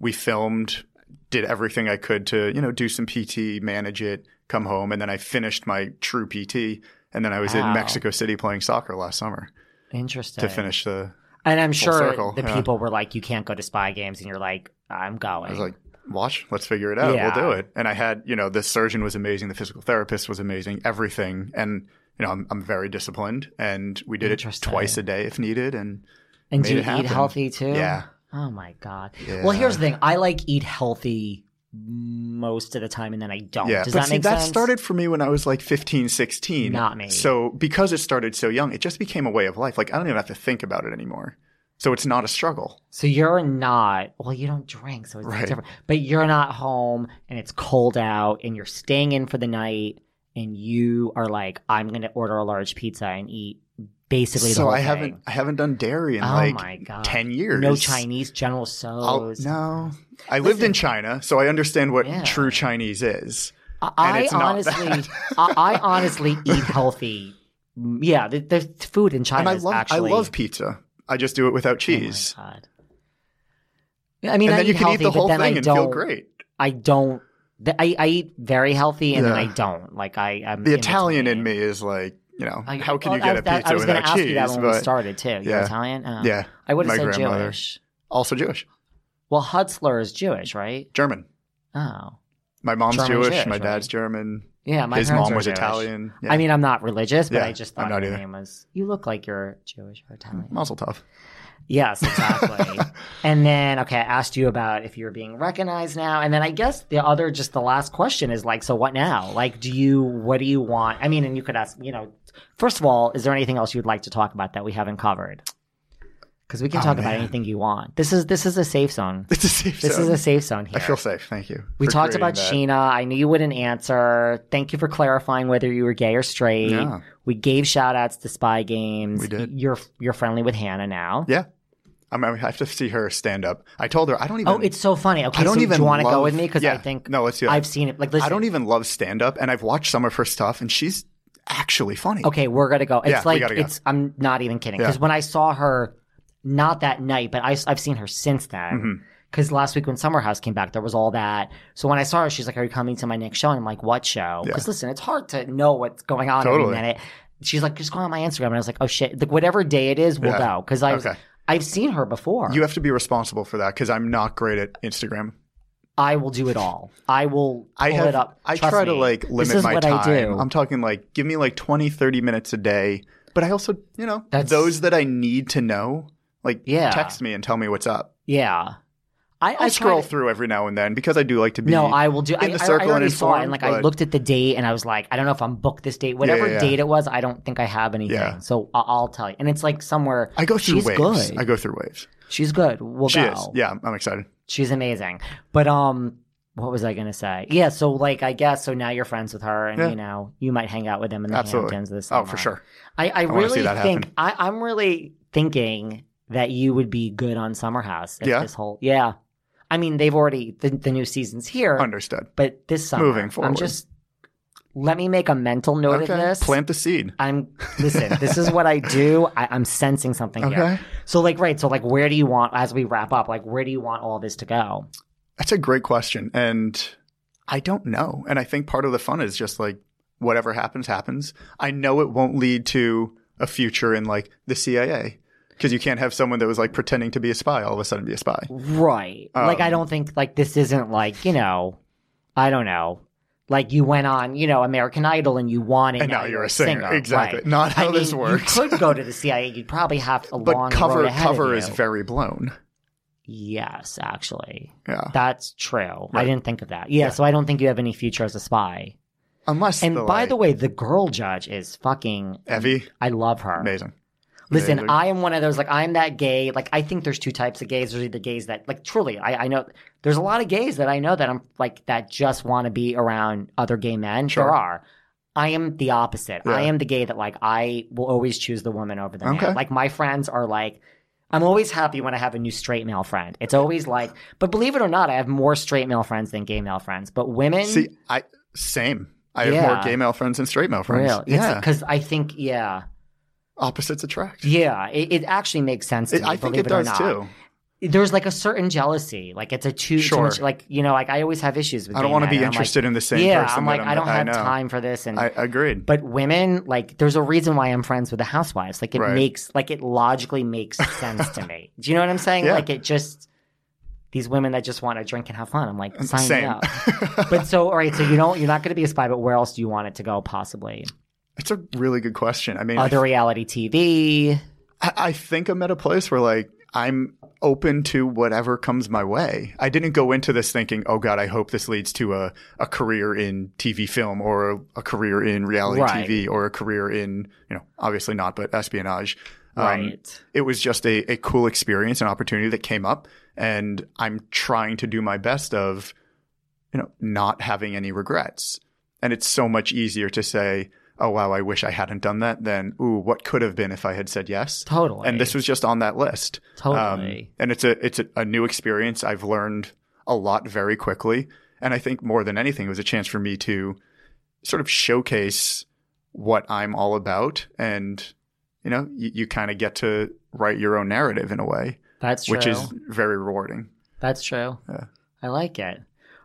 B: we filmed, did everything I could to, you know, do some PT, manage it, come home, and then I finished my true PT. And then I was
A: Wow.
B: in Mexico City playing soccer last summer
A: Interesting.
B: to finish the.
A: And I'm
B: full
A: sure
B: circle,
A: the
B: yeah.
A: people were like, "You can't go to spy games," and you're like, "I'm going."
B: I was like, watch, let's figure it out.
A: Yeah.
B: We'll do it. And I had, you know, the surgeon was amazing, the physical therapist was amazing, everything. And, you know, I'm, I'm very disciplined. And we did it
A: Interesting.
B: twice a day if needed. And
A: and
B: made
A: do you
B: it happen.
A: eat healthy too?
B: Yeah.
A: Oh my god. Well, here's the thing. I like eat healthy most of the time, and then I don't.
B: Yeah,
A: Does
B: but
A: that
B: see,
A: make
B: that
A: sense?
B: started for me when I was like 15, 16.
A: Not me.
B: So because it started so young, it just became a way of life. Like I don't even have to think about it anymore. So it's not a struggle.
A: So you're not. Well, you don't drink, so it's
B: Right.
A: different. But you're not home, and it's cold out, and you're staying in for the night, and you are like, "I'm going to order a large pizza and eat." Basically, the
B: so
A: whole
B: I
A: thing."
B: haven't I haven't done dairy in
A: Oh
B: like
A: my God.
B: 10 years.
A: No Chinese General
B: I'll-
A: So's.
B: no. I lived in China, so I understand what
A: Yeah.
B: true Chinese is.
A: I
B: it's not
A: honestly,
B: that.
A: I, I honestly eat healthy. Mm, Yeah, the, the food in China
B: and I
A: is
B: love
A: actually.
B: I love pizza. I just do it without cheese.
A: Oh my God. I mean,
B: and
A: I
B: then
A: eat
B: you can
A: healthy,
B: eat the whole
A: but then
B: thing
A: I
B: and
A: don't.
B: feel great.
A: I don't. th- I, I eat very healthy and then I
B: Yeah.
A: don't. Like I, I'm
B: The
A: in
B: Italian
A: between.
B: in me is like, you know,
A: I-
B: how can
A: well,
B: you get
A: I,
B: a
A: that-
B: pizza
A: I was gonna
B: without
A: ask
B: cheese?
A: you that when we
B: But
A: started too. You're
B: yeah.
A: Italian. Oh.
B: Yeah.
A: I would have
B: My
A: said
B: grandmother.
A: Jewish.
B: also Jewish,
A: Well, Hutzler is Jewish, right?
B: German.
A: Oh,
B: My mom's
A: German
B: Jewish.
A: Jewish,
B: my
A: right?
B: dad's German.
A: yeah. My
B: His
A: parents
B: mom
A: are
B: was
A: Jewish.
B: Italian.
A: I mean, I'm not religious, but
B: Yeah,
A: I just
B: I'm
A: thought
B: not
A: your
B: either.
A: name was. You look like you're Jewish or Italian.
B: Mazel tov.
A: Yes, exactly. and then, okay, I asked you about if you're being recognized now. And then I guess the other, just the last question is like, so what now? Like, do you, what do you want? I mean, and you could ask, you know, first of all, is there anything else you'd like to talk about that we haven't covered? Because we can
B: Oh,
A: talk about
B: man.
A: anything you want. This is this is a safe zone.
B: It's a safe
A: This
B: zone.
A: is a safe zone here.
B: I feel safe. Thank you.
A: we
B: for
A: talked
B: creating
A: about
B: that.
A: Sheena. I knew you wouldn't answer. Thank you for clarifying whether you were gay or straight.
B: Yeah.
A: We gave shout outs to spy games.
B: We did.
A: You're you're friendly with Hannah now.
B: Yeah. I, mean, I have to see her stand up. I told her I don't even.
A: Oh, it's so funny. Okay,
B: I don't
A: so
B: even
A: do you want to go
B: love-
A: with me? Because I
B: Yeah.
A: think
B: No, let's do that.
A: I've seen it. Like, listen,
B: I don't even love stand up, and I've watched some of her stuff, and she's actually funny.
A: Okay, we're gonna go. It's
B: Yeah, we
A: like
B: gotta go.
A: it's. I'm not even kidding.
B: Yeah.
A: Because when I saw her, not that night, but I, have seen her since
B: Mm-hmm.
A: then. Because last week when Summer House came back, there was all that. So when I saw her, she's like, "Are you coming to my next show?" And I'm like, "What show?" Because listen, it's hard to know what's going on
B: Totally.
A: every minute. She's like, "Just go on my Instagram," and I was like, "Oh shit!" Like whatever day it is, we'll
B: Yeah.
A: go. Because I was,
B: Okay.
A: I've seen her before.
B: You have to be responsible for that because I'm not great at Instagram.
A: I will do it all. I will.
B: I
A: pull
B: have.
A: it up.
B: I
A: Trust
B: try to
A: me.
B: like limit
A: this is
B: my
A: what
B: time.
A: I do.
B: I'm talking like give me like 20, 30 minutes a day. But I also, you know,
A: That's-
B: those that I need to know, like
A: Yeah.
B: text me and tell me what's up.
A: Yeah. I,
B: I,
A: I
B: scroll
A: try to-
B: through every now and then because I do like to be.
A: No, I will do. I,
B: in the
A: I- I
B: circle and
A: already saw it,
B: informed,
A: and like I
B: but-
A: looked at the date, and I was like, I don't know if I'm booked this date. Whatever
B: yeah, yeah.
A: date it was, I don't think I have anything.
B: Yeah.
A: So I- I'll tell you. And it's like somewhere.
B: I go through
A: She's
B: waves.
A: good.
B: I go through waves.
A: She's good. We'll
B: She
A: go.
B: is. Yeah, I'm- I'm excited.
A: She's amazing. But um, what was I gonna say? Yeah. So like, I guess so. Now you're friends with her, and
B: Yeah.
A: you know, you might hang out with them in the
B: Absolutely.
A: Hamptons this summer.
B: Oh, for sure.
A: I, I,
B: wanna see
A: really
B: that
A: think
B: happen.
A: I, I'm really thinking that you would be good on Summer House. if
B: Yeah?
A: This whole yeah. I mean, they've already the, the new season's here.
B: Understood.
A: but this summer,
B: Moving
A: I'm
B: forward.
A: just let me make a mental note of
B: Okay.
A: this.
B: Plant the seed.
A: I'm listen. this is what I do. I, I'm sensing something here.
B: Okay.
A: So like, right. So like, where do you want as we wrap up? Like, where do you want all this to go?
B: That's a great question. And I don't know. And I think part of the fun is just like whatever happens, happens. I know it won't lead to a future in like the CIA because you can't have someone that was like pretending to be a spy all of a sudden be a spy.
A: Right. like, I
B: Um,
A: don't think like this isn't like you know, I don't know. Like you went on, you know, American Idol, and you won, and,
B: And now you're a singer. Exactly.
A: Right.
B: Not
A: I
B: how this
A: mean,
B: works.
A: You could go to the CIA. You'd probably have a long
B: But
A: road
B: cover
A: ahead of
B: cover
A: you.
B: is very blown.
A: Yes, actually.
B: Yeah.
A: That's true. I
B: Right.
A: didn't think of that. Yeah, so I don't think you have any future as a spy.
B: Unless
A: And
B: the,
A: by
B: like,
A: the way, the girl judge is fucking
B: Evie,
A: I love her.
B: amazing.
A: Listen,
B: Amazing.
A: I am one of those like I'm that gay. Like I think there's two types of gays. There's either gays that like truly I, I know there's a lot of gays that I know that I'm like that just want to be around other gay men.
B: Sure.
A: There are. I am the opposite.
B: Yeah.
A: I am the gay that like I will always choose the woman over the man.
B: Okay.
A: Like my friends are like I'm always happy when I have a new straight male friend. It's always like, but believe it or not, I have more straight male friends than gay male friends. But women,
B: See, I same. I have
A: Yeah.
B: more gay male friends than straight male friends.
A: real,
B: Yeah,
A: because I think, yeah,
B: opposites attract.
A: yeah, it, it actually makes sense. To
B: It-
A: me,
B: I think
A: believe
B: it does
A: or not.
B: too.
A: There's like a certain jealousy, like it's a too, too
B: Sure.
A: much, like you know, like I always have issues with.
B: I don't
A: want
B: wanna
A: to
B: be interested in the same
A: Yeah,
B: person
A: I'm
B: that
A: like
B: I'm-
A: I don't
B: I
A: have
B: know.
A: time for this, and
B: I agreed.
A: But women, like, there's a reason why I'm friends with the housewives. Like, it
B: Right.
A: makes, like, it logically makes sense to me. Do you know what I'm saying?
B: Yeah.
A: Like, it just, these women that just want to drink and have fun. I'm like, sign me
B: Uh, Same.
A: up. but so, all right, so you don't, you're not going to be a spy, but where else do you want it to go, possibly?
B: it's a really good question. I mean,
A: Other reality
B: Um,
A: TV.
B: I, I think I'm at a place where like I'm open to whatever comes my way. I didn't go into this thinking, oh God, I hope this leads to a, a career in TV film or a, a career in reality
A: Right.
B: TV or a career in, you know, obviously not, but espionage. Um,
A: Right.
B: It was just a, a cool experience, an opportunity that came up. And I'm trying to do my best of, you know, not having any regrets. And it's so much easier to say, oh, wow, I wish I hadn't done that than, ooh, what could have been if I had said yes?
A: Totally.
B: And this was just on that list.
A: Totally.
B: Um, and it's a it's a, a new experience. I've learned a lot very quickly, and I think more than anything, it was a chance for me to sort of showcase what I'm all about. And you know, you, you kind of get to write your own narrative in a way,
A: That's true.
B: which is very rewarding.
A: That's true. I like it.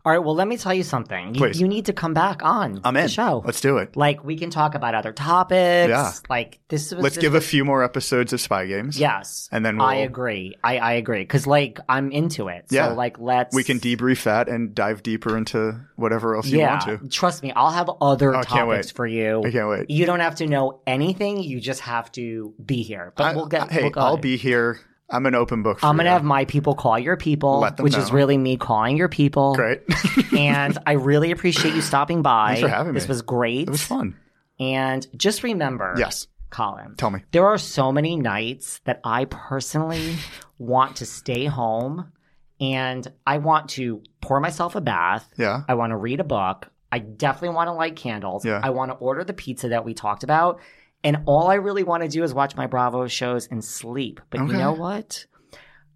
A: All right, well, let me tell you something. You,
B: Please.
A: you need to come back on
B: I'm in.
A: the show.
B: Let's do it.
A: like, we can talk about other topics.
B: Yeah.
A: Like, this was.
B: Let's
A: this
B: give a few more episodes of Spy Games.
A: Yes.
B: And then
A: I
B: we'll-
A: agree. I, I agree. Because, like, I'm into it. So,
B: Yeah.
A: like, let's.
B: We can debrief that and dive deeper into whatever else you
A: Yeah.
B: want to. Oh,
A: Trust me, I'll have other
B: I can't
A: topics
B: wait.
A: for you.
B: I can't wait.
A: You don't have to know anything. You just have to be here. But
B: I-
A: we'll get.
B: I- hey,
A: we'll go
B: I'll
A: on.
B: be here. I'm an open book. For
A: I'm going to
B: you.
A: have my people call your people,
B: Let them
A: which is
B: know.
A: really me calling your people.
B: great.
A: and I really appreciate you stopping by.
B: Thanks for having me.
A: This was great.
B: it was fun.
A: And just remember.
B: Yes.
A: Colin.
B: Tell me.
A: There are so many nights that I personally want to stay home and I want to pour myself a bath.
B: Yeah.
A: I want to read a book. I definitely want to light candles.
B: Yeah.
A: I want to order the pizza that we talked about. And all I really want to do is watch my Bravo shows and sleep. But you
B: Okay.
A: know what?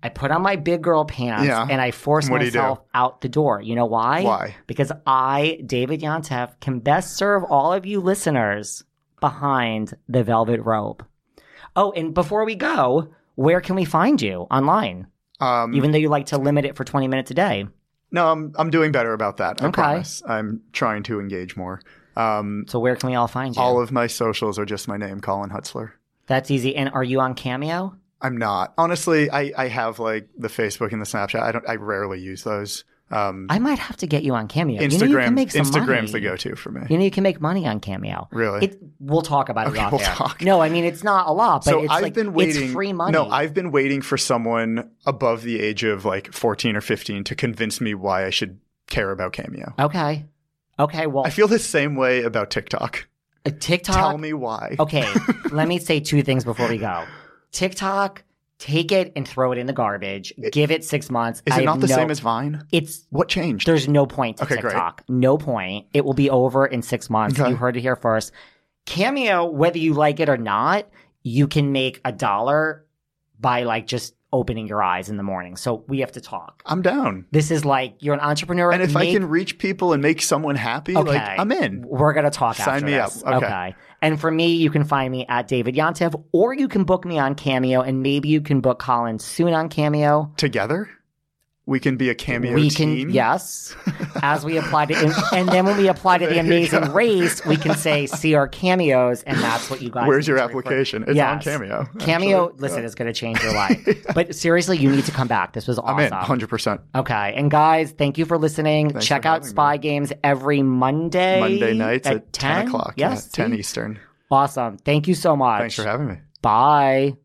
A: I put on my big girl pants
B: Yeah.
A: and I force
B: What do you do?
A: myself out the door. You know why?
B: Why?
A: Because I, David Yontef, can best serve all of you listeners behind the velvet robe. Oh, and before we go, where can we find you online?
B: Um,
A: Even though you like to limit it for 20 minutes a day.
B: no, I'm I'm doing better about that. I
A: Okay.
B: promise. I'm trying to engage more. Um,
A: So where can we all find you?
B: All of my socials are just my name, Colin Hutzler.
A: That's easy. And are you on Cameo?
B: I'm not honestly. I, I have like the Facebook and the Snapchat. I don't. I rarely use those. Um,
A: I might have to get you on Cameo. You know you
B: Instagram.
A: can make some
B: Instagram's the
A: money.
B: go-to for me.
A: You know you can make money on Cameo.
B: Really?
A: It, we'll talk about it
B: Okay,
A: off
B: we'll
A: air.
B: talk.
A: No, I mean it's not a lot, but
B: so
A: it's
B: I've
A: like,
B: been waiting.
A: It's free money.
B: No, I've been waiting for someone above the age of like 14 or 15 to convince me why I should care about Cameo.
A: Okay. Okay. Well,
B: I feel the same way about TikTok.
A: uh, TikTok.
B: Tell me why.
A: Okay. let me say two things before we go. TikTok, take it and throw it in the garbage. give it six months.
B: Is
A: I
B: it
A: have
B: not the
A: no-
B: same as Vine?
A: It's
B: What changed?
A: There's no point to
B: Okay, great.
A: TikTok. No point. It will be over in six months.
B: Okay.
A: You heard it here first. Cameo, whether you like it or not, you can make a dollar by like just opening your eyes in the morning. So we have to talk.
B: I'm down.
A: This is like you're an entrepreneur.
B: And if I
A: make-
B: can reach people and make someone happy, like
A: Okay.
B: I'm in.
A: we're gonna talk.
B: Sign
A: after
B: me up.
A: this.
B: Okay.
A: And for me, you can find me at David Yontef, or you can book me on Cameo, and maybe you can book Colin soon on Cameo.
B: Together, we can be a cameo
A: we can
B: team.
A: yes as we apply to and, and then when we apply to the amazing race we can say see our cameos and that's what you guys
B: Where's
A: need
B: your
A: to refer-
B: application? It's on
A: Yes.
B: Cameo,
A: cameo
B: actually. uh,
A: listen it's going to change your life but seriously you need to come back this was awesome
B: I'm in 100%.
A: okay and guys thank you for listening check
B: for
A: out
B: having
A: spy games every monday
B: Monday nights at, 10 o'clock.
A: yes
B: yeah, 10
A: see?
B: Eastern.
A: awesome thank you so much
B: Thanks for having me.
A: bye